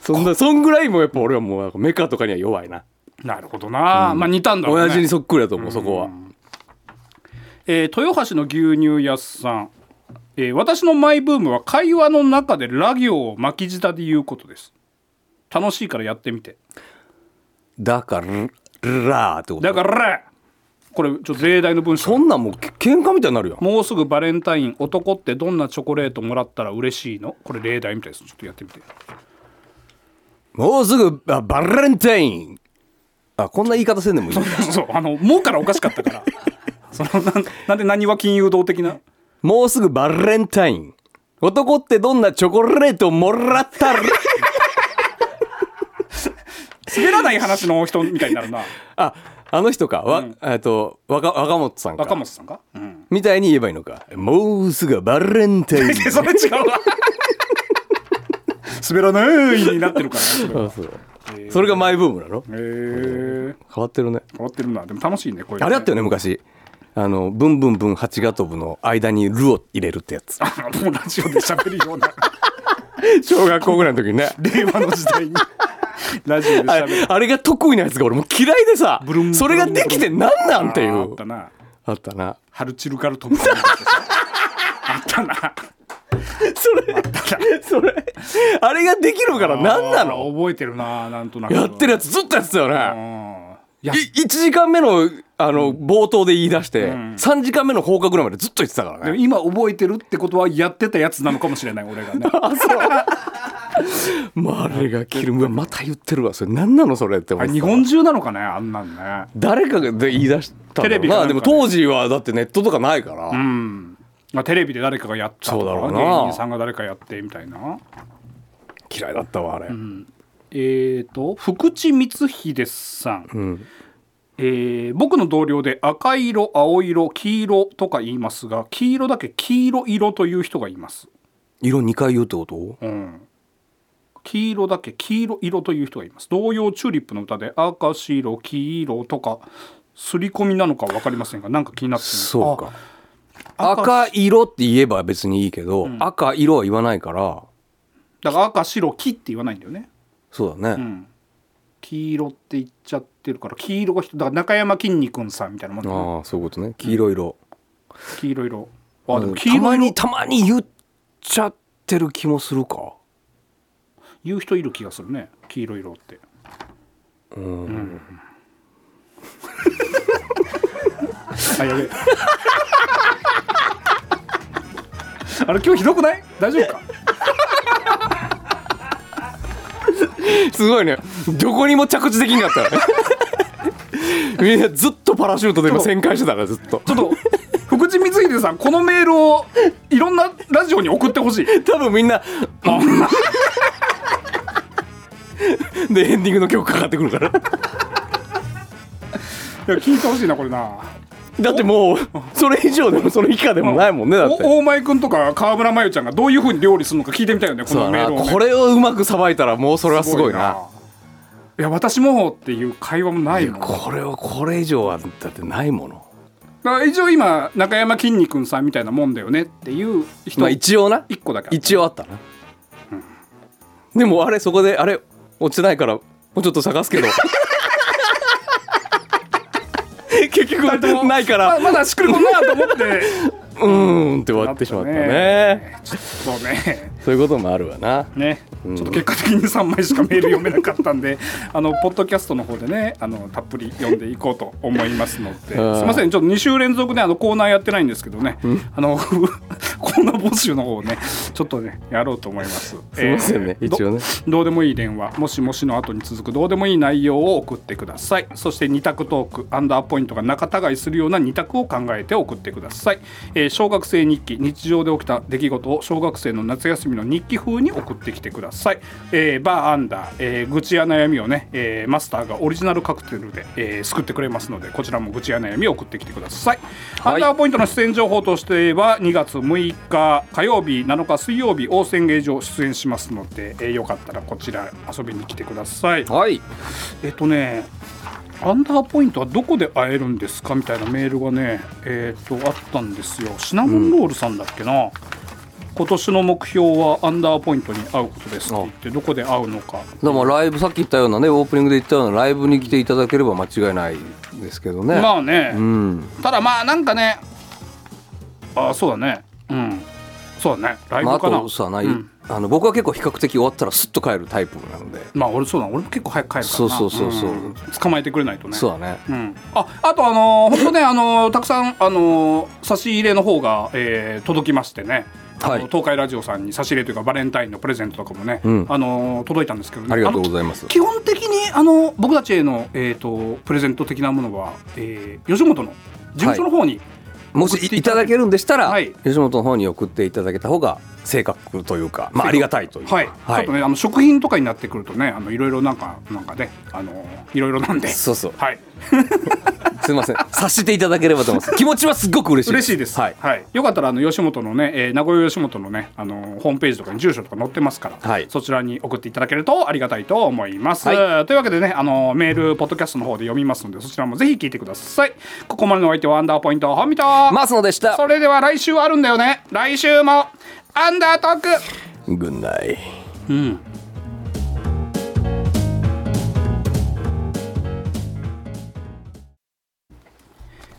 Speaker 4: そんなそんぐらいもうやっぱ俺はもうなんかメカとかには弱いな
Speaker 3: なるほどな、まあ似たんだろうね
Speaker 4: 親父にそっくりだと思うそこは。
Speaker 3: えー豊橋の牛乳屋さん、えー私のマイブームは会話の中でラ行を巻き舌で言うことです楽しいからやってみて
Speaker 4: だから、らーってこと
Speaker 3: だからこれちょっと例題の文章
Speaker 4: そんなんもうけ喧嘩みたいになるやん。
Speaker 3: もうすぐバレンタイン男ってどんなチョコレートもらったら嬉しいのこれ例題みたいですちょっとやってみ て
Speaker 4: もうすぐあバレンタインあ、こんな言い方せんで もいいんだ
Speaker 3: そうあの「も」からおかしかったから そのなんなんで何は金融道的な
Speaker 4: もうすぐバレンタイン。男ってどんなチョコレートもらった ら
Speaker 3: 滑らない話の人みたいになるな
Speaker 4: あ、あの人か。わ、えっと、若、若本さんか。
Speaker 3: 若松さんか、うん、
Speaker 4: みたいに言えばいいのか。もうすぐバレンタイン。
Speaker 3: それ違うわ 滑らないになってるからね
Speaker 4: あそうそれがマイブームなの
Speaker 3: へえ
Speaker 4: 変わってるね。
Speaker 3: 変わってるなでも楽しいねこういうの
Speaker 4: あれあったよ
Speaker 3: ね
Speaker 4: ね、昔。あの、ブンブンブン八が飛ぶの間にルを入れるってやつ。
Speaker 3: あもうラジオで喋るような
Speaker 4: 小学校ぐらいの時にね。
Speaker 3: 令和の時代にラジオで
Speaker 4: あ
Speaker 3: 喋る
Speaker 4: れあれが得意なやつが俺もう嫌いでさ
Speaker 3: ブルン
Speaker 4: それができてなんなんってい
Speaker 3: ああっ
Speaker 4: う
Speaker 3: たな
Speaker 4: あったな
Speaker 3: ハルチルカルトムあったな
Speaker 4: それそれあれができるからなんなの
Speaker 3: あー覚えてるななんとなく
Speaker 4: やってるやつずっとやってたよ
Speaker 3: う
Speaker 4: ね
Speaker 3: んいや
Speaker 4: 1時間目のあの冒頭で言い出して3時間目の放課ぐらいまでずっと言ってたから
Speaker 3: でも
Speaker 4: ね
Speaker 3: 今覚えてるってことはやってたやつなのかもしれない俺が ね
Speaker 4: まああれが切るうわまた言ってるわそれなんなのそれって思
Speaker 3: あ
Speaker 4: っ
Speaker 3: れ
Speaker 4: て
Speaker 3: 日
Speaker 4: た
Speaker 3: 本中なのかねあんなんね
Speaker 4: 誰かがで言い出したん
Speaker 3: テレ
Speaker 4: だろうな
Speaker 3: ビかなんかで
Speaker 4: でも当時はだってネットとかないから
Speaker 3: まあ、テレビで誰かがやったとか
Speaker 4: そうだろうな
Speaker 3: 芸人さんが誰かやってみたいな
Speaker 4: 嫌いだったわあれ
Speaker 3: えっ、と福地光秀さん、えー僕の同僚で赤色青色黄色とか言いますが黄色だけ黄色色という人がいます、
Speaker 4: 色2回言うってこと
Speaker 3: うん、黄色だけ黄色色という人がいます童謡「チューリップ」の歌で赤白黄色とか刷り込みなのか分かりませんがなんか気になって
Speaker 4: そうか
Speaker 3: あ赤
Speaker 4: 赤色って言えば別にいいけど、赤色は言わないから
Speaker 3: だから赤白黄って言わないんだよね
Speaker 4: そうだね、
Speaker 3: うん黄色って言っちゃってるから黄色が人だから中山きんに君さんみたいなもんだね
Speaker 4: ああそういうことね黄色色、
Speaker 3: 黄色色あで
Speaker 4: う
Speaker 3: も
Speaker 4: ん
Speaker 3: 黄
Speaker 4: た
Speaker 3: 色
Speaker 4: ま
Speaker 3: 色
Speaker 4: にたまに言っちゃってる気もするか
Speaker 3: 言う人いる気がするね黄色色って うん、あやべえ あれ今日ひどくない大丈夫か
Speaker 4: すごいねどこにも着地できんかった ねみんなずっとパラシュートで今旋回してたからずっと
Speaker 3: ちょっと福地光秀さんこのメールをいろんなラジオに送ってほしい
Speaker 4: 多分みんなでエンディングの曲かかってくるから
Speaker 3: いや聞いてほしいなこれな
Speaker 4: だってもうそれ以上でもそれ以下でもないもんねだって
Speaker 3: お大前君とか川村麻由ちゃんがどういうふうに料理するのか聞いてみたいよねこ
Speaker 4: そ
Speaker 3: の
Speaker 4: う
Speaker 3: メー
Speaker 4: だ
Speaker 3: ルを、
Speaker 4: な
Speaker 3: ね、
Speaker 4: これをうまくさばいたらもうそれはすご
Speaker 3: すご
Speaker 4: いな
Speaker 3: いないや私もっていう会話もないもん
Speaker 4: これをこれ以上はだってないもの
Speaker 3: だから一応今中山きんに君さんみたいなもんだよねっていう人
Speaker 4: まあ一応な
Speaker 3: 一個だから
Speaker 4: 一応あったな、でもあれそこであれ落ちてないからもうちょっと探すけど結局ないか
Speaker 3: まあ
Speaker 4: ら
Speaker 3: まだしっくりこんなと思って
Speaker 4: うーんって終わってしまったね
Speaker 3: そうね
Speaker 4: そういうこともあるわな
Speaker 3: ね、ちょっと結果的に3枚しかメール読めなかったんで あのポッドキャストの方でねあのたっぷり読んでいこうと思いますのですい
Speaker 4: うん
Speaker 3: ませんちょっと2週連続ねあのコーナーやってないんですけどねあの コーナー募集の方をねちょっとねやろうと思います。
Speaker 4: すいませんね
Speaker 3: えー
Speaker 4: 一応ね
Speaker 3: どどうでもいい電話もしもしの後に続くどうでもいい内容を送ってくださいそして二択トークアンダーポイントが仲違いするような二択を考えて送ってください、えー小学生日記日常で起きた出来事を小学生の夏休みの日記風に送ってきてください、えーバーアンダー、えー愚痴や悩みをね、えーマスターがオリジナルカクテルで、えー救ってくれますのでこちらも愚痴や悩みを送ってきてください、
Speaker 4: はい
Speaker 3: アンダーポイントの出演情報としては2月6日火曜日7日水曜日大仙芸場出演しますので、えーよかったらこちら遊びに来てください
Speaker 4: はい
Speaker 3: えっとねアンダーポイントはどこで会えるんですかみたいなメールがねえーっとあったんですよシナモンロールさんだっけな、今年の目標はアンダーポイントに会うことですって言ってどこで会うのか
Speaker 4: でもライブさっき言ったようなねオープニングで言ったようなライブに来ていただければ間違いないですけどね、
Speaker 3: まあね、
Speaker 4: うん
Speaker 3: ただまあなんかねあそうだねうんそうだねライ
Speaker 4: まあ、
Speaker 3: ブ
Speaker 4: あ
Speaker 3: かな、
Speaker 4: とさない、
Speaker 3: うん
Speaker 4: あの僕は結構比較的終わったらスッと帰るタイプなので、
Speaker 3: まあ俺そうだ俺も結構早く帰るからな
Speaker 4: そうそうそうそうん
Speaker 3: 捕まえてくれないとね
Speaker 4: そうだね
Speaker 3: うん、ああとあの ー本当ねあのーたくさんあのー差し入れの方が、えー届きましてね、
Speaker 4: は
Speaker 3: あ
Speaker 4: い
Speaker 3: の東海ラジオさんに差し入れというかバレンタインのプレゼントとかもね、
Speaker 4: うん
Speaker 3: あのー届いたんですけどね
Speaker 4: ありがとうご
Speaker 3: あの
Speaker 4: ざいます
Speaker 3: 基本的にあの僕たちへの、えー、とプレゼント的なものは、えー吉本の事務所の方に、
Speaker 4: もしいいただけるんでしたら、
Speaker 3: はい
Speaker 4: 吉本の方に送っていただけた方が正確というか、まあ、ありがたいというか
Speaker 3: はいちょっとねあの食品とかになってくるとねあのいろいろなんかなんかねあのーいろいろなんで
Speaker 4: そうそう
Speaker 3: はい
Speaker 4: すいません察していただければ と思います気持ちはすっごく嬉しい
Speaker 3: 嬉しいです、
Speaker 4: はい、
Speaker 3: よかったらあの吉本のね、えー名古屋吉本のねあのホームページとかに住所とか載ってますから、
Speaker 4: はい
Speaker 3: そちらに送っていただけるとありがたいと思います、
Speaker 4: は
Speaker 3: というわけでねあのメールポッドキャストの方で読みますのでそちらもぜひ聞いてくださいここまでのお相手はアンダーポイント本見と、
Speaker 4: マスノでした
Speaker 3: それでは来週はあるんだよね来週もアンダートーク
Speaker 4: グッナイ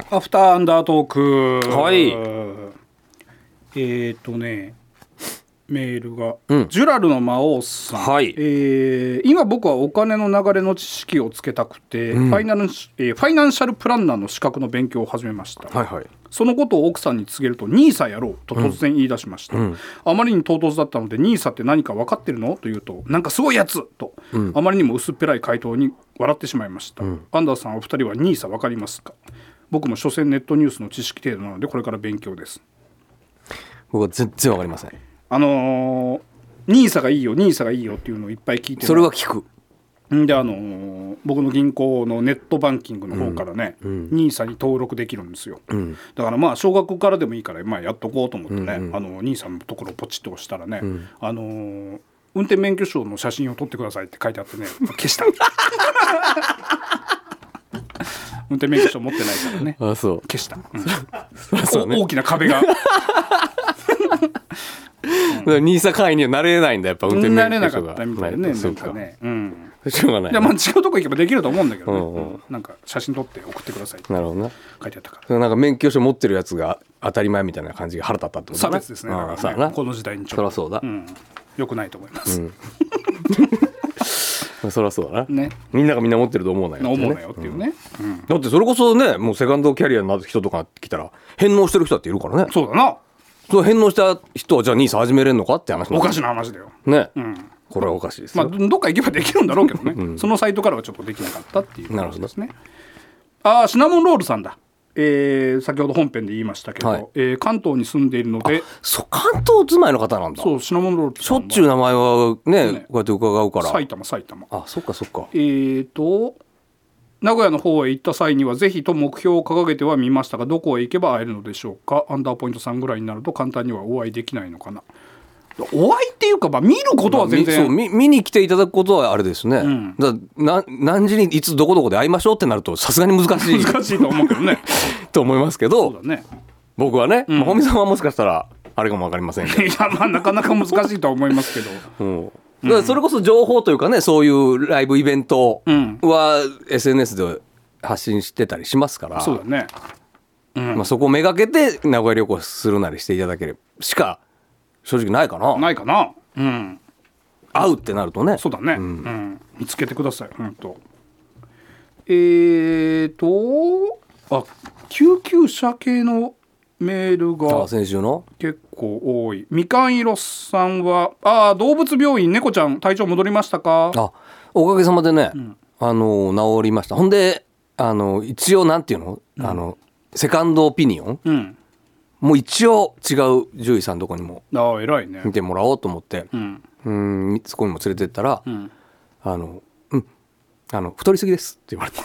Speaker 3: アフターアンダートーク
Speaker 4: はい
Speaker 3: えっ、とねメールが、
Speaker 4: うん
Speaker 3: ジュラルの魔王さん、
Speaker 4: はい
Speaker 3: えー今僕はお金の流れの知識をつけたくて、ファイナルシ、えーファイナンシャルプランナーの資格の勉強を始めました、
Speaker 4: はいはい
Speaker 3: そのことを奥さんに告げると「ニーサやろう」と突然言い出しました、あまりに唐突だったので「ニーサって何か分かってるの?」と言うと「なんかすごいやつ!」と、あまりにも薄っぺらい回答に笑ってしまいました、アンダーさんお二人は「ニーサ分かりますか?」僕も所詮ネットニュースの知識程度なのでこれから勉強です
Speaker 4: 僕は全然わかりません
Speaker 3: あのー、ニーサがいいよニーサがいいよっていうのをいっぱい聞いてる
Speaker 4: それは聞く
Speaker 3: んであのー僕の銀行のネットバンキングの方からね、NISA に登録できるんですよ、だからまあ少額からでもいいから、まあ、やっとこうと思ってね、あの NISA のところをポチッと押したらね、あのー運転免許証の写真を撮ってくださいって書いてあ ってね消した運転免許証持ってないからね
Speaker 4: あそう
Speaker 3: 消した、うん
Speaker 4: そうね
Speaker 3: お大きな壁が
Speaker 4: ニーサ会員にはなれないんだやっぱ運転
Speaker 3: なれ
Speaker 4: 免
Speaker 3: な
Speaker 4: 許
Speaker 3: か
Speaker 4: 証
Speaker 3: っ
Speaker 4: が
Speaker 3: たみたいね
Speaker 4: な
Speaker 3: な
Speaker 4: そうん
Speaker 3: かねうん
Speaker 4: しょうがない
Speaker 3: でまあ違うとこ行けばできると思うんだけどね、
Speaker 4: うんうん
Speaker 3: うんなんか写真撮って送ってくださいって
Speaker 4: なるほどな
Speaker 3: 書いてあったから
Speaker 4: そのなんか免許証持ってるやつが当たり前みたいな感じが腹立ったってこと
Speaker 3: 差別ですねだからね
Speaker 4: そうやな
Speaker 3: この時代にち
Speaker 4: そ
Speaker 3: ょ
Speaker 4: ら
Speaker 3: っと
Speaker 4: そうだ、
Speaker 3: ん、よくないと思います、
Speaker 4: そらそうだな、
Speaker 3: ね
Speaker 4: みんながみんな持ってると思うなよってね
Speaker 3: 思うなよっていうね、うん
Speaker 4: だってそれこそねもうセカンドキャリアになる人とか来たら返納してる人だっているからね
Speaker 3: そうだな
Speaker 4: そう返納した人はじゃあニーサ始めれんのかって話
Speaker 3: おか
Speaker 4: し
Speaker 3: しな話だよ、
Speaker 4: いね、
Speaker 3: うん
Speaker 4: これはおかしいです
Speaker 3: ま
Speaker 4: よ、
Speaker 3: あ、どどっか行けばできるんだろうけどね、そのサイトからはちょっとできなかったっていう
Speaker 4: なる
Speaker 3: 話
Speaker 4: ほど
Speaker 3: ですねああシナモンロールさんだえー先ほど本編で言いましたけど、
Speaker 4: はい
Speaker 3: えー関東に住んでいるので
Speaker 4: そう関東住まいの方なんだ
Speaker 3: そうシナモンロール
Speaker 4: しょっち
Speaker 3: ゅ
Speaker 4: ゅう名前はね
Speaker 3: ね
Speaker 4: こうやって伺うから
Speaker 3: 埼玉埼玉
Speaker 4: あそっかそっか
Speaker 3: えー、と名古屋の方へ行った際にはぜひと目標を掲げてはみましたがどこへ行けば会えるのでしょうかアンダーポイントさんぐらいになると簡単にはお会いできないのかなお会いっていうか、まあ、見ることは全
Speaker 4: そう
Speaker 3: 然、
Speaker 4: 見見に来ていただくことはあれですね、
Speaker 3: ん
Speaker 4: だな何時にいつどこどこで会いましょうってなるとさすがに難し い
Speaker 3: 難しいと思うけどね
Speaker 4: と思いますけ
Speaker 3: そう
Speaker 4: ど
Speaker 3: だね
Speaker 4: 僕はね、まあ、本見さんはもしかしたらあれかも分かりませんけど
Speaker 3: いやまあなかなか難しいとは思いますけど
Speaker 4: うんだからそれこそ情報というかねそういうライブイベント
Speaker 3: ん
Speaker 4: は SNS で発信してたりしますから、
Speaker 3: そうだね
Speaker 4: まあ、そこをめがけて名古屋旅行するなりしていただければしか正直ないかな
Speaker 3: ないかなうん
Speaker 4: 会うってなるとね
Speaker 3: そうだね、うん見つけてください本当えー、とあ救急車系のメールが
Speaker 4: あ先週の
Speaker 3: 結構多いみかんいろさんは「ああ動物病院猫ちゃん体調戻りましたか?」
Speaker 4: あおかげさまでね、あの治りましたほんであの一応なんていうの,、あのセカンドオピニオン
Speaker 3: うん
Speaker 4: もう一応違う獣医さんとこにも
Speaker 3: ああ偉いね
Speaker 4: 見てもらおうと思って、
Speaker 3: うん
Speaker 4: うんそこにも連れてったら、
Speaker 3: ん
Speaker 4: あの、うん、あの、太りすぎですって言わ れて。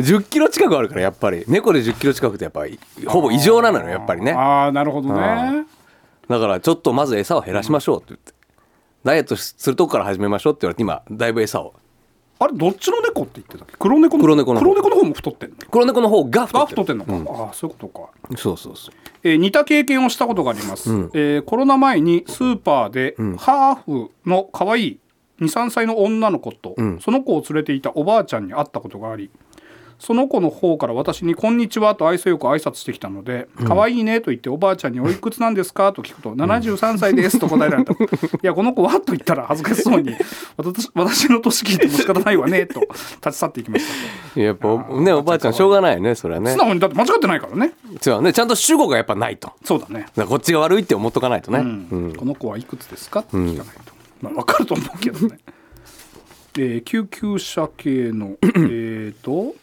Speaker 4: 10キロ近くあるから、やっぱり。猫で10キロ近くって、やっぱり、ほぼ異常なのよ、やっぱりね。
Speaker 3: ああなるほどね
Speaker 4: だから、ちょっとまず餌を減らしましょうって言って。ダイエットするとこから始めましょうって言われて、今、だいぶ餌を。
Speaker 3: あれどっちの猫って言ってたっけ黒猫の
Speaker 4: 黒猫の方
Speaker 3: 黒猫の方も太ってんの
Speaker 4: 黒猫の方が太
Speaker 3: あ
Speaker 4: って
Speaker 3: 太
Speaker 4: る。
Speaker 3: ってんのか、ああそういうことか
Speaker 4: そうそうそう。
Speaker 3: えー似た経験をしたことがあります、えーコロナ前にスーパーでハーフの可愛い23歳の女の子と、
Speaker 4: ん
Speaker 3: その子を連れていたおばあちゃんに会ったことがありその子の方から私に「こんにちは」と愛想よく挨拶してきたので「可愛いね」と言っておばあちゃんに「おいくつなんですか?」と聞くと「73歳です」と答えられ た「いやこの子は?」と言ったら恥ずかしそうに「私私の年聞いても仕方ないわね」と立ち去っていきました
Speaker 4: やっぱ、ね、おばあちゃん、しょうがないよね、それはね
Speaker 3: 素。直にだって間違ってないからね
Speaker 4: そうね、ちゃんと主語がやっぱないと。だか
Speaker 3: そうだね
Speaker 4: らこっちが悪いって思っとかないとね。
Speaker 3: うんこの子はいくつですかって聞かないと、まあ、分かると思うけど ねえー救急車系のえっと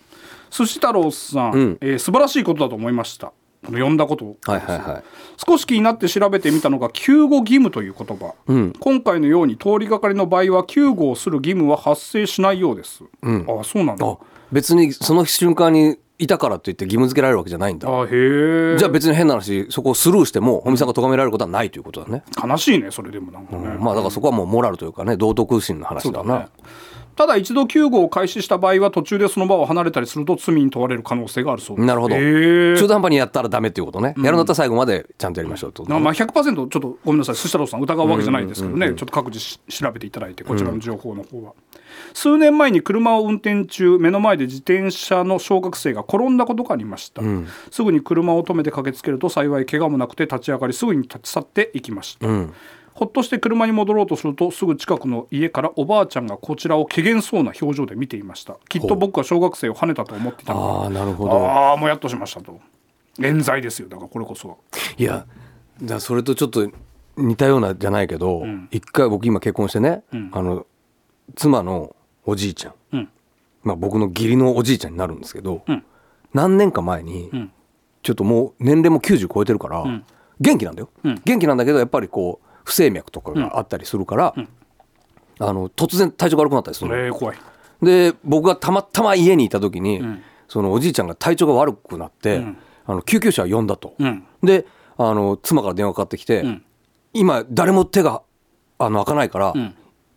Speaker 3: 寿司太郎さん、えー素晴らしいことだと思いましたこの呼んだことを
Speaker 4: はいはいはい。
Speaker 3: 少し気になって調べてみたのが救護義務という言葉、今回のように通りがかりの場合は救護をする義務は発生しないようです、ああそうなんだ
Speaker 4: あ別にその瞬間にいたからといって義務付けられるわけじゃないんだ
Speaker 3: あへえ
Speaker 4: じゃあ別に変な話そこをスルーしても本見さんが咎められることはないということだね、
Speaker 3: 悲しいねそれでもなんかね、
Speaker 4: まあだからそこはもうモラルというかね道徳心の話だな
Speaker 3: ただ一度救護を開始した場合は途中でその場を離れたりすると罪に問われる可能性があるそうです
Speaker 4: なるほど、
Speaker 3: へー
Speaker 4: 中途半端にやったらダメということね、やるんだったら最後までちゃんとやりましょうってこと
Speaker 3: な
Speaker 4: ね、
Speaker 3: まあ、100%ちょっとごめんなさい、寿司太郎さん、疑うわけじゃないですけどね、ちょっと各自し調べていただいて、こちらの情報の方は。数年前に車を運転中、目の前で自転車の小学生が転んだことがありました、すぐに車を止めて駆けつけると、幸い怪我もなくて立ち上がり、すぐに立ち去っていきました。ほっとして車に戻ろうとするとすぐ近くの家からおばあちゃんがこちらを怪げそうな表情で見ていましたきっと僕は小学生を跳ねたと思っていたの
Speaker 4: ああなるほ
Speaker 3: で
Speaker 4: ど
Speaker 3: ああもうやっとしましたと冤罪ですよだからこれこそ
Speaker 4: いやだからそれとちょっと似たようなじゃないけど、一回僕今結婚してね、あの妻のおじいちゃん、
Speaker 3: うん
Speaker 4: まあ、僕の義理のおじいちゃんになるんですけど、
Speaker 3: ん
Speaker 4: 何年か前に、
Speaker 3: ん
Speaker 4: ちょっともう年齢も90超えてるから、元気なんだよ、
Speaker 3: うん
Speaker 4: 元気なんだけどやっぱりこう不整脈とかがあったりするから、あの突然体調が悪くなったりするの
Speaker 3: えー、怖い
Speaker 4: で僕がたまたま家にいた時に、そのおじいちゃんが体調が悪くなって、あの救急車を呼んだと、
Speaker 3: うん
Speaker 4: であの妻から電話かかってきて、
Speaker 3: ん
Speaker 4: 今誰も手があの開かないから、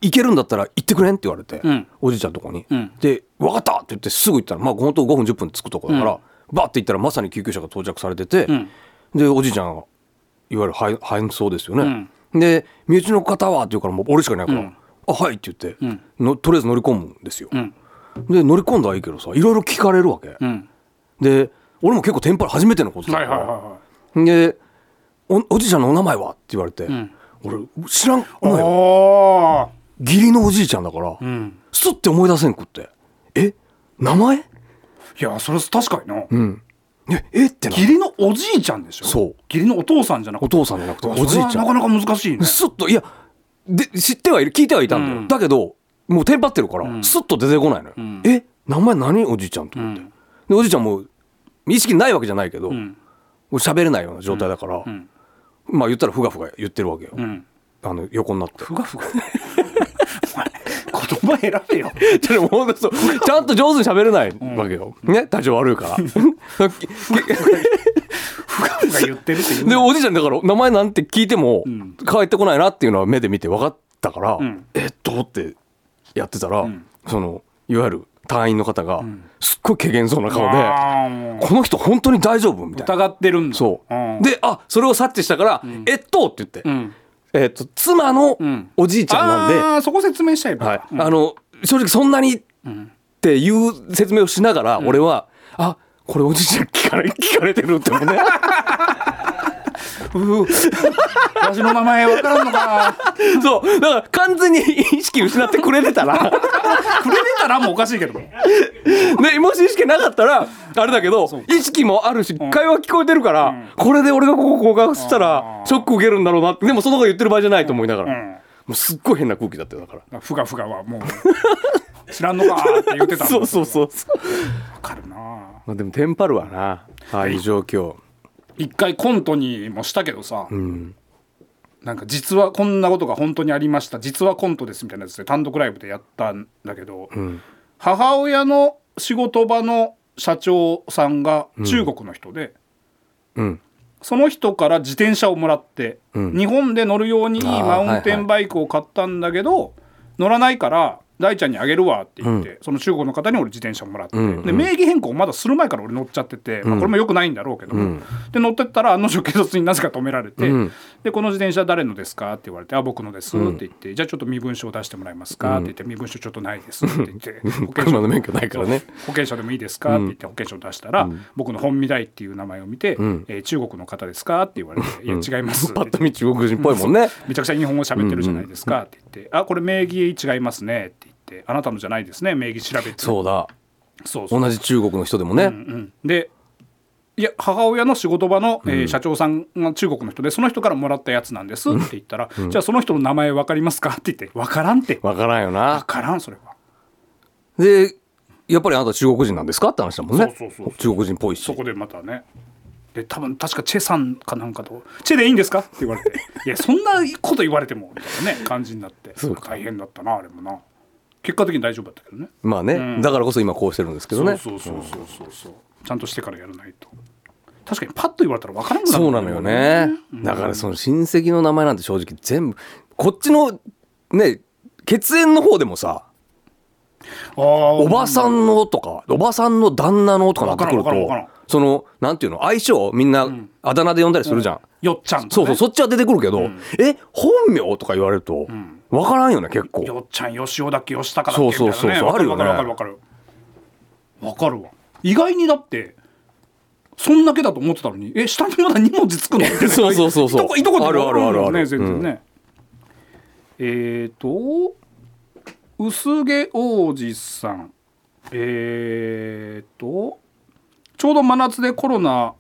Speaker 4: 行けるんだったら行ってくれんって言われて、
Speaker 3: ん
Speaker 4: おじいちゃんのとこに、
Speaker 3: うん
Speaker 4: で「分かった!」って言ってすぐ行ったらまあ本当5分10分着くとこだから、
Speaker 3: うん
Speaker 4: バッて行ったらまさに救急車が到着されてて、でおじいちゃんがいわゆる搬搬送ですよね、で「身内の方は?」って言うからもう俺しかいないから「あはい」って言って、のとりあえず乗り込むんですよ、
Speaker 3: ん
Speaker 4: で乗り込んだらいいけどさいろいろ聞かれるわけ、
Speaker 3: ん
Speaker 4: で俺も結構テンパる初めてのことだ
Speaker 3: は
Speaker 4: か
Speaker 3: いは
Speaker 4: ら、
Speaker 3: いはいはい
Speaker 4: でお「おじいちゃんのお名前は?」って言われて、俺知らんお前
Speaker 3: あ
Speaker 4: 義理のおじいちゃんだから、すって思い出せんくって「え名前
Speaker 3: あいやそれ確かにな、
Speaker 4: え」えってな
Speaker 3: 義理のおじいちゃんでしょ
Speaker 4: そう
Speaker 3: 義理のお父さんじゃなく
Speaker 4: お
Speaker 3: て
Speaker 4: 父さんじゃなくて
Speaker 3: うわ
Speaker 4: おじいち
Speaker 3: それ
Speaker 4: ゃん
Speaker 3: はなかなか難しいね
Speaker 4: すっといやで知ってはいる聞いてはいたんだよ、
Speaker 3: うん
Speaker 4: だけどもうテンパってるからすっと出てこないのよ、え名前何おじいちゃんと思って、
Speaker 3: うん
Speaker 4: でおじいちゃんも意識ないわけじゃないけど、
Speaker 3: ん
Speaker 4: もう喋れないような状態だから、
Speaker 3: ん
Speaker 4: まあ言ったらふがふが言ってるわけよ、
Speaker 3: うん
Speaker 4: あの横になって
Speaker 3: ふがふがお前言葉選 べよ
Speaker 4: ちょっともうそうちゃんと上手に喋れないわけよ、ね体調悪 いから
Speaker 3: ふがふが言ってるって言う
Speaker 4: で
Speaker 3: な
Speaker 4: おじいちゃんだから名前なんて聞いても
Speaker 3: ん
Speaker 4: 帰ってこないなっていうのは目で見て分かったから、
Speaker 3: ん
Speaker 4: えっとってやってたら、そのいわゆる隊員の方がすっごい怪げそうな顔で、
Speaker 3: あーもう
Speaker 4: この人本当に大丈夫みたいな
Speaker 3: 疑ってるんだ
Speaker 4: そう、
Speaker 3: ん
Speaker 4: であそれを察知したから「えっと」って言って、
Speaker 3: うん
Speaker 4: えっと妻の
Speaker 3: ん
Speaker 4: おじいちゃんなんで、
Speaker 3: ああそこ説明しちゃえば、
Speaker 4: はいあの正直そんなにっていう説明をしながら俺は、あこれおじいちゃん聞かれ 聞かれてるって思うね
Speaker 3: うーわしの名前わからんのか
Speaker 4: そうだから完全に意識失ってくれて たら
Speaker 3: くれてたらもうおかしいけど
Speaker 4: ねもし意識なかったらあれだけど意識もあるし会話聞こえてるから、これで俺がここ合したらショック受けるんだろうなってでもその子が言ってる場合じゃないと思いながら、
Speaker 3: ん
Speaker 4: もうすっごい変な空気だったよだから。
Speaker 3: ふがふがはもう知らんのかって言ってたんだ
Speaker 4: そうそうそうそう、
Speaker 3: わかるな
Speaker 4: まあ、でもテンパるわなああいう状況
Speaker 3: 一回コントにもしたけどさ、なんか実はこんなことが本当にありました実はコントですみたいなやつで単独ライブでやったんだけど、母親の仕事場の社長さんが中国の人で、
Speaker 4: うん
Speaker 3: その人から自転車をもらって、日本で乗るようにいいマウンテンバイクを買ったんだけど、乗らないから大ちゃんにあげるわって言って、その中国の方に俺自転車をもらって、
Speaker 4: んうん
Speaker 3: で名義変更まだする前から俺乗っちゃってて、まあこれもよくないんだろうけども、で乗ってったら案の定警察になぜか止められて、
Speaker 4: うん
Speaker 3: でこの自転車誰のですかって言われて「あ僕のです」って言って、じゃあちょっと身分証出してもらえますか?」って言って「身分証ちょっとないです」って言って「保
Speaker 4: 車の免許ないからね
Speaker 3: そう保険証でもいいですか?」って言って保険証出したら、僕の本見台っていう名前を見て、
Speaker 4: ん
Speaker 3: えー中国の方ですか?」って言われて「いや違い ます」
Speaker 4: パ
Speaker 3: っ
Speaker 4: ッ
Speaker 3: て
Speaker 4: と見中国人っぽいもんね
Speaker 3: めちゃくちゃ日本語喋ってるじゃないですか」って言って「あこれ名義違いますね」って言って「あなたのじゃないですね名義調べて」
Speaker 4: そうだ
Speaker 3: そうそう
Speaker 4: 同じ中国の人でもね、
Speaker 3: うんでいや母親の仕事場の、えー社長さんが中国の人でその人からもらったやつなんですって言ったら、じゃあその人の名前分かりますかって言って分からんって
Speaker 4: わからんよな
Speaker 3: 分からんそれは
Speaker 4: でやっぱりあなた中国人なんですかって話だもんね
Speaker 3: そうそうそう
Speaker 4: 中国人っぽいし
Speaker 3: そこでまたねで多分確かチェさんかなんかと「チェでいいんですか?」って言われて「いやそんなこと言われても」みたいなね感じになって
Speaker 4: そうか
Speaker 3: 大変だったなあれもな結果的に大丈夫だったけどね
Speaker 4: まあね、
Speaker 3: うん
Speaker 4: だからこそ今こうしてるんですけどね
Speaker 3: そうそうそうそうそうそうちゃんとしてからやらないと確かにパッと言われたら分からんくなる
Speaker 4: そうなのよね、だからその親戚の名前なんて正直全部こっちのね血縁の方でもさ
Speaker 3: お
Speaker 4: おばさんのとかおばさんの旦那のとかなってくる
Speaker 3: わからんわからん
Speaker 4: と
Speaker 3: わか
Speaker 4: そのなんていうの相性みんなあだ名で呼んだりするじゃん、
Speaker 3: よっちゃんとね
Speaker 4: そうそうそっちは出てくるけど、え本名とか言われるとわからんよね結構
Speaker 3: よっちゃん、よしおだっけ、よしたかだっけ
Speaker 4: そう
Speaker 3: みたい
Speaker 4: そ
Speaker 3: な
Speaker 4: う
Speaker 3: ね。
Speaker 4: そうそうあるよね
Speaker 3: わかるわかるわかる。わかるわ。意外にだって、そんだけだと思ってたのに、え、下にまだ2文字つくの みたいな
Speaker 4: そうそうそうそ
Speaker 3: い
Speaker 4: う
Speaker 3: とこ、いとこって
Speaker 4: あるあるあるある
Speaker 3: ね、全然ね。えっと、薄毛王子さん。えっと、ちょうど真夏でコロナ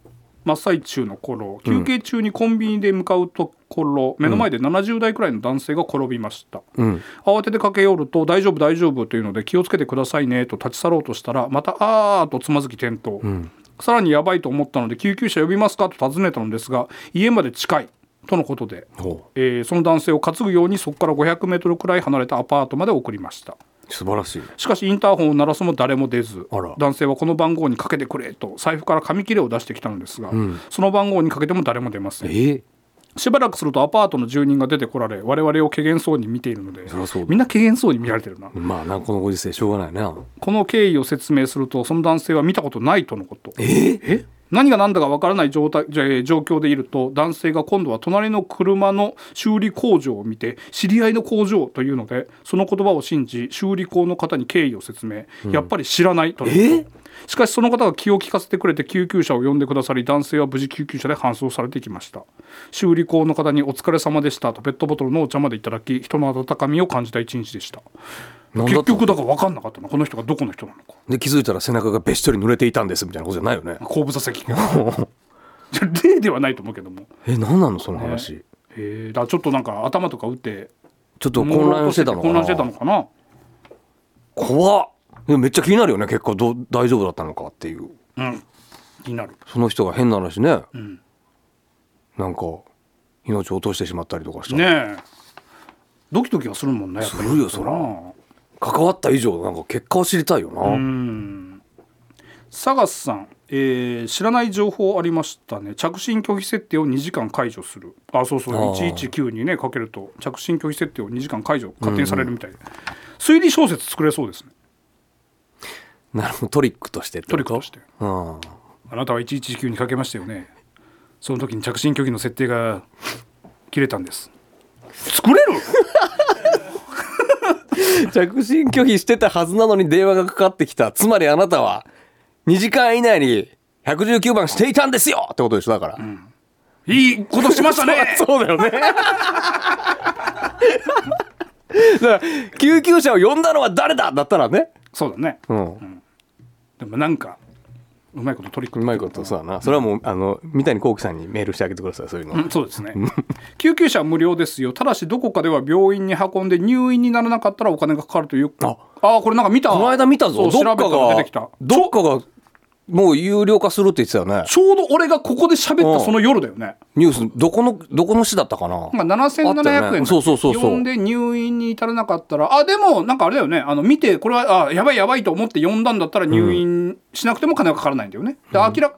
Speaker 3: 真っ最中の頃休憩中にコンビニで向かうところ、目の前で70代くらいの男性が転びました、
Speaker 4: うん
Speaker 3: 慌てて駆け寄ると「大丈夫大丈夫」というので「気をつけてくださいね」と立ち去ろうとしたらまた「あー」とつまずき転倒、さらにやばいと思ったので「救急車呼びますか?」と尋ねたのですが家まで近いとのことで、
Speaker 4: ほう
Speaker 3: えーその男性を担ぐようにそこから5 0 0ルくらい離れたアパートまで送りました
Speaker 4: 素晴らしい
Speaker 3: しかしインターホンを鳴らすも誰も出ず
Speaker 4: あら
Speaker 3: 男性はこの番号にかけてくれと財布から紙切れを出してきたのですが、その番号にかけても誰も出ません
Speaker 4: え
Speaker 3: しばらくするとアパートの住人が出てこられ我々を怪げそうに見ているので
Speaker 4: りゃそうだ
Speaker 3: みんな怪げそうに見られてるな
Speaker 4: えまあなんかこのご時世しょうがないな
Speaker 3: この経緯を説明するとその男性は見たことないとのこと
Speaker 4: え
Speaker 3: え何が何だかわからない状態じゃえー状況でいると男性が今度は隣の車の修理工場を見て知り合いの工場というのでその言葉を信じ修理工の方に経緯を説明、やっぱり知らないとのこと
Speaker 4: え
Speaker 3: しかしその方が気を利かせてくれて救急車を呼んでくださり男性は無事救急車で搬送されていきました修理工の方に「お疲れ様でした」とペットボトルのお茶までいただき人の温かみを感じた一日でした
Speaker 4: なんだったの
Speaker 3: 結局だから分かんなかったなこの人がどこの人なのか
Speaker 4: で気づいたら背中がべっしょり濡れていたんですみたいなことじゃないよね
Speaker 3: 後部座席 がじゃあ例ではないと思うけども
Speaker 4: え何なのその話、
Speaker 3: えー、だからちょっとなんか頭とか打って
Speaker 4: ちょっと混乱してたのか
Speaker 3: 混
Speaker 4: な
Speaker 3: 乱してたのかな
Speaker 4: 怖っでもめっちゃ気になるよね結果どう大丈夫だったのかっていう
Speaker 3: うん気になる
Speaker 4: その人が変な話ね、
Speaker 3: ん
Speaker 4: なんか命を落としてしまったりとかしたら、
Speaker 3: ねえドキドキはするもんねやっぱり
Speaker 4: するよそら関わった以上なんか結果を知りたいよな、
Speaker 3: サガスさん、えー知らない情報ありましたね着信拒否設定を2時間解除するあそうそう
Speaker 4: あー
Speaker 3: 119にねかけると着信拒否設定を2時間解除勝手にされるみたいで、推理小説作れそうですね
Speaker 4: なるほどトリックとしてって
Speaker 3: ト
Speaker 4: こ
Speaker 3: リックとして
Speaker 4: うん
Speaker 3: あなたは119にかけましたよねその時に着信拒否の設定が切れたんです作れる
Speaker 4: 着信拒否してたはずなのに電話がかかってきたつまりあなたは2時間以内に119番していたんですよってことでしょだから、
Speaker 3: いいことしました ね
Speaker 4: そうだよねだから救急車を呼んだのは誰だだったらね
Speaker 3: そうだね
Speaker 4: うん、
Speaker 3: でもなんかうまいことトリック
Speaker 4: うまいことそうだなそれはもうあの三谷幸喜さんにメールしてあげてくださいそういうの、
Speaker 3: うんそうですね救急車は無料ですよただしどこかでは病院に運んで入院にならなかったらお金がかかるという
Speaker 4: あ
Speaker 3: あーこれなんか見た
Speaker 4: この間見たぞ
Speaker 3: そ
Speaker 4: ど
Speaker 3: う
Speaker 4: っか
Speaker 3: 調べたら出てき
Speaker 4: が
Speaker 3: た
Speaker 4: どっかがもう有料化するって言ってたよね
Speaker 3: ちょうど俺がここで喋っ
Speaker 4: うん
Speaker 3: たその夜だよね、
Speaker 4: ニュースどこのどこの市だったかな、
Speaker 3: まあ、7700円、
Speaker 4: あったよねそうそうそうそう
Speaker 3: 呼んで入院に至らなかったらあでもなんかあれだよねあの見てこれはあやばいやばいと思って呼んだんだったら入院しなくても金がかからないんだよね、で明ら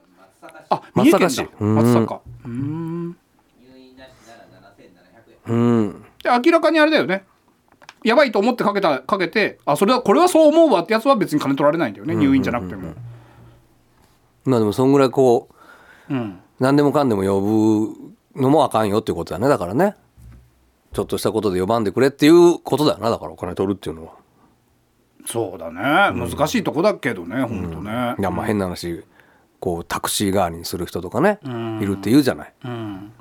Speaker 3: あ三重県だ
Speaker 4: 松阪市うん
Speaker 3: 松阪うーん
Speaker 4: うん
Speaker 3: で明らかにあれだよねやばいと思ってかけたかけてあそれはこれはそう思うわってやつは別に金取られないんだよね、入院じゃなくても、
Speaker 4: まあでもそんぐらいこう
Speaker 3: うん、
Speaker 4: 何でもかんでも呼ぶのもあかんよっていうことだねだからねちょっとしたことで呼ばんでくれっていうことだよなだからお金取るっていうのは、
Speaker 3: そうだね、難しいとこだけどねほんとね、
Speaker 4: いやまあ変な話こうタクシー代わりにする人とかね、いるって言うじゃない、
Speaker 3: うん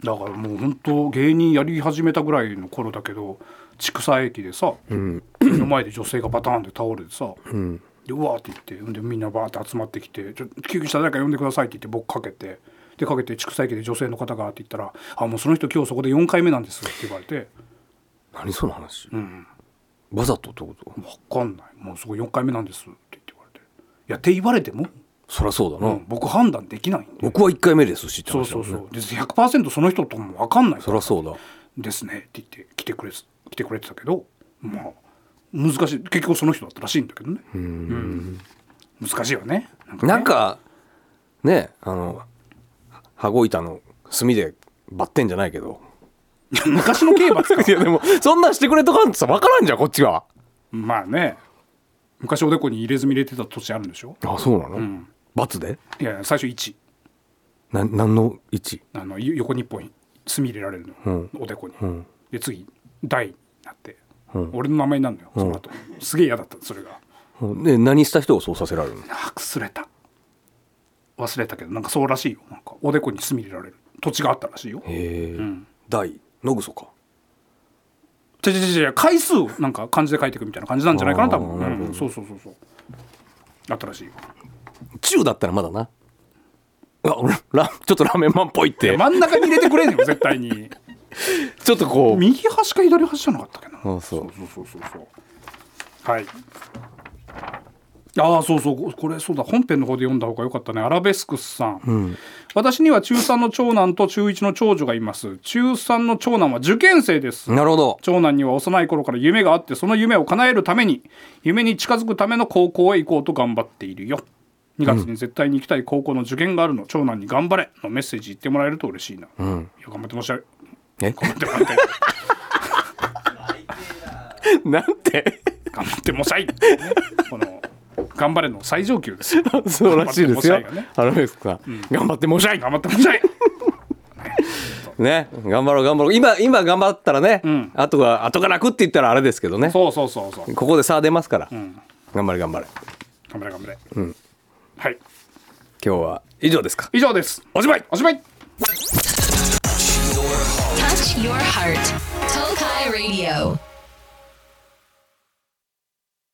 Speaker 3: だからもう本当芸人やり始めたぐらいの頃だけど畜産駅でさ、目の前で女性がバターンで倒れてさ、でうわーって言ってほんでみんなバーって集まってきて「ちょ救急車誰か呼んでください」って言って僕かけてでかけて畜産駅で女性の方がって言ったら「あもうその人今日そこで4回目なんです」って言われて
Speaker 4: 何その話、
Speaker 3: ん
Speaker 4: わざとってこと
Speaker 3: 「分かんないもうそこ4回目なんです」って言われて「いやって言われても、
Speaker 4: そりゃそうだ
Speaker 3: う
Speaker 4: な、
Speaker 3: ん僕判断できないんで」
Speaker 4: 僕は1回目ですしって
Speaker 3: そう
Speaker 4: 話だ
Speaker 3: そ
Speaker 4: もん
Speaker 3: う
Speaker 4: ね
Speaker 3: そうで100%その人とも分かんないから
Speaker 4: そりゃそうだ
Speaker 3: ですねって言って来てくれ来てくれてたけどまあ難しい結局その人だったらしいんだけどねうん難しいよねなんかね
Speaker 4: なんかねあの羽子板の墨でバッテンじゃないけど
Speaker 3: 昔の刑罰か
Speaker 4: いやでもそんなんしてくれとかんとさ分からんじゃんこっちは
Speaker 3: まあね昔おでこに入れ墨入れてた年あるんでしょ
Speaker 4: あそうなの、罰で
Speaker 3: いやいや最初1
Speaker 4: な何の位置
Speaker 3: あのよ横に1本墨入れられるの、おでこに、で次大になって、俺の名前になるのよその後、すげえ嫌だったそれが
Speaker 4: で何した人をそうさせられるの
Speaker 3: あくすれた忘れたけどなんかそうらしいよなんかおでこに墨入れられる土地があったらしいよ
Speaker 4: へえ、大のぐそか
Speaker 3: 違う違う違う回数をなんか漢字で書いていくみたいな感じなんじゃないかな多分、
Speaker 4: あーなる
Speaker 3: うんそうそうそうそうあったらしいよ
Speaker 4: 中だったらまだなあ俺ラちょっとラーメンマンっぽいって
Speaker 3: 真ん中に入れてくれんよ絶対に
Speaker 4: ちょっとこう
Speaker 3: 右端か左端じゃなかったっけな
Speaker 4: そうそう
Speaker 3: そうそうそうそうはいああそうそうここれそうだ本編の方で読んだ方が良かったねアラベスクスさん、私には中3の長男と中1の長女がいます中3の長男は受験生です
Speaker 4: なるほど
Speaker 3: 長男には幼い頃から夢があってその夢を叶えるために夢に近づくための高校へ行こうと頑張っているよ2月に絶対に行きたい高校の受験があるの、長男に「頑張れ」のメッセージ言ってもらえると嬉しいな、いや頑張ってましたよ
Speaker 4: え
Speaker 3: 頑張ってもらいたい
Speaker 4: なんて
Speaker 3: 頑張ってもさいっていうねこの頑張れの最上級です よ
Speaker 4: そうらしいですよ
Speaker 3: 頑張ってもしゃいがね
Speaker 4: アラベスクさん頑張ってもしゃい
Speaker 3: 頑張ってもさい
Speaker 4: ね頑張ろう頑張ろう今今頑張ったらねあとはあとが楽って言ったらあれですけどね
Speaker 3: そうそうそうそう
Speaker 4: ここで差出ますから頑張れ頑張れ
Speaker 3: 頑張れ頑張れ、はい
Speaker 4: 今日は以上ですか
Speaker 3: 以上ですおしまいおしまい
Speaker 2: Touch your heart. Tokai Radio.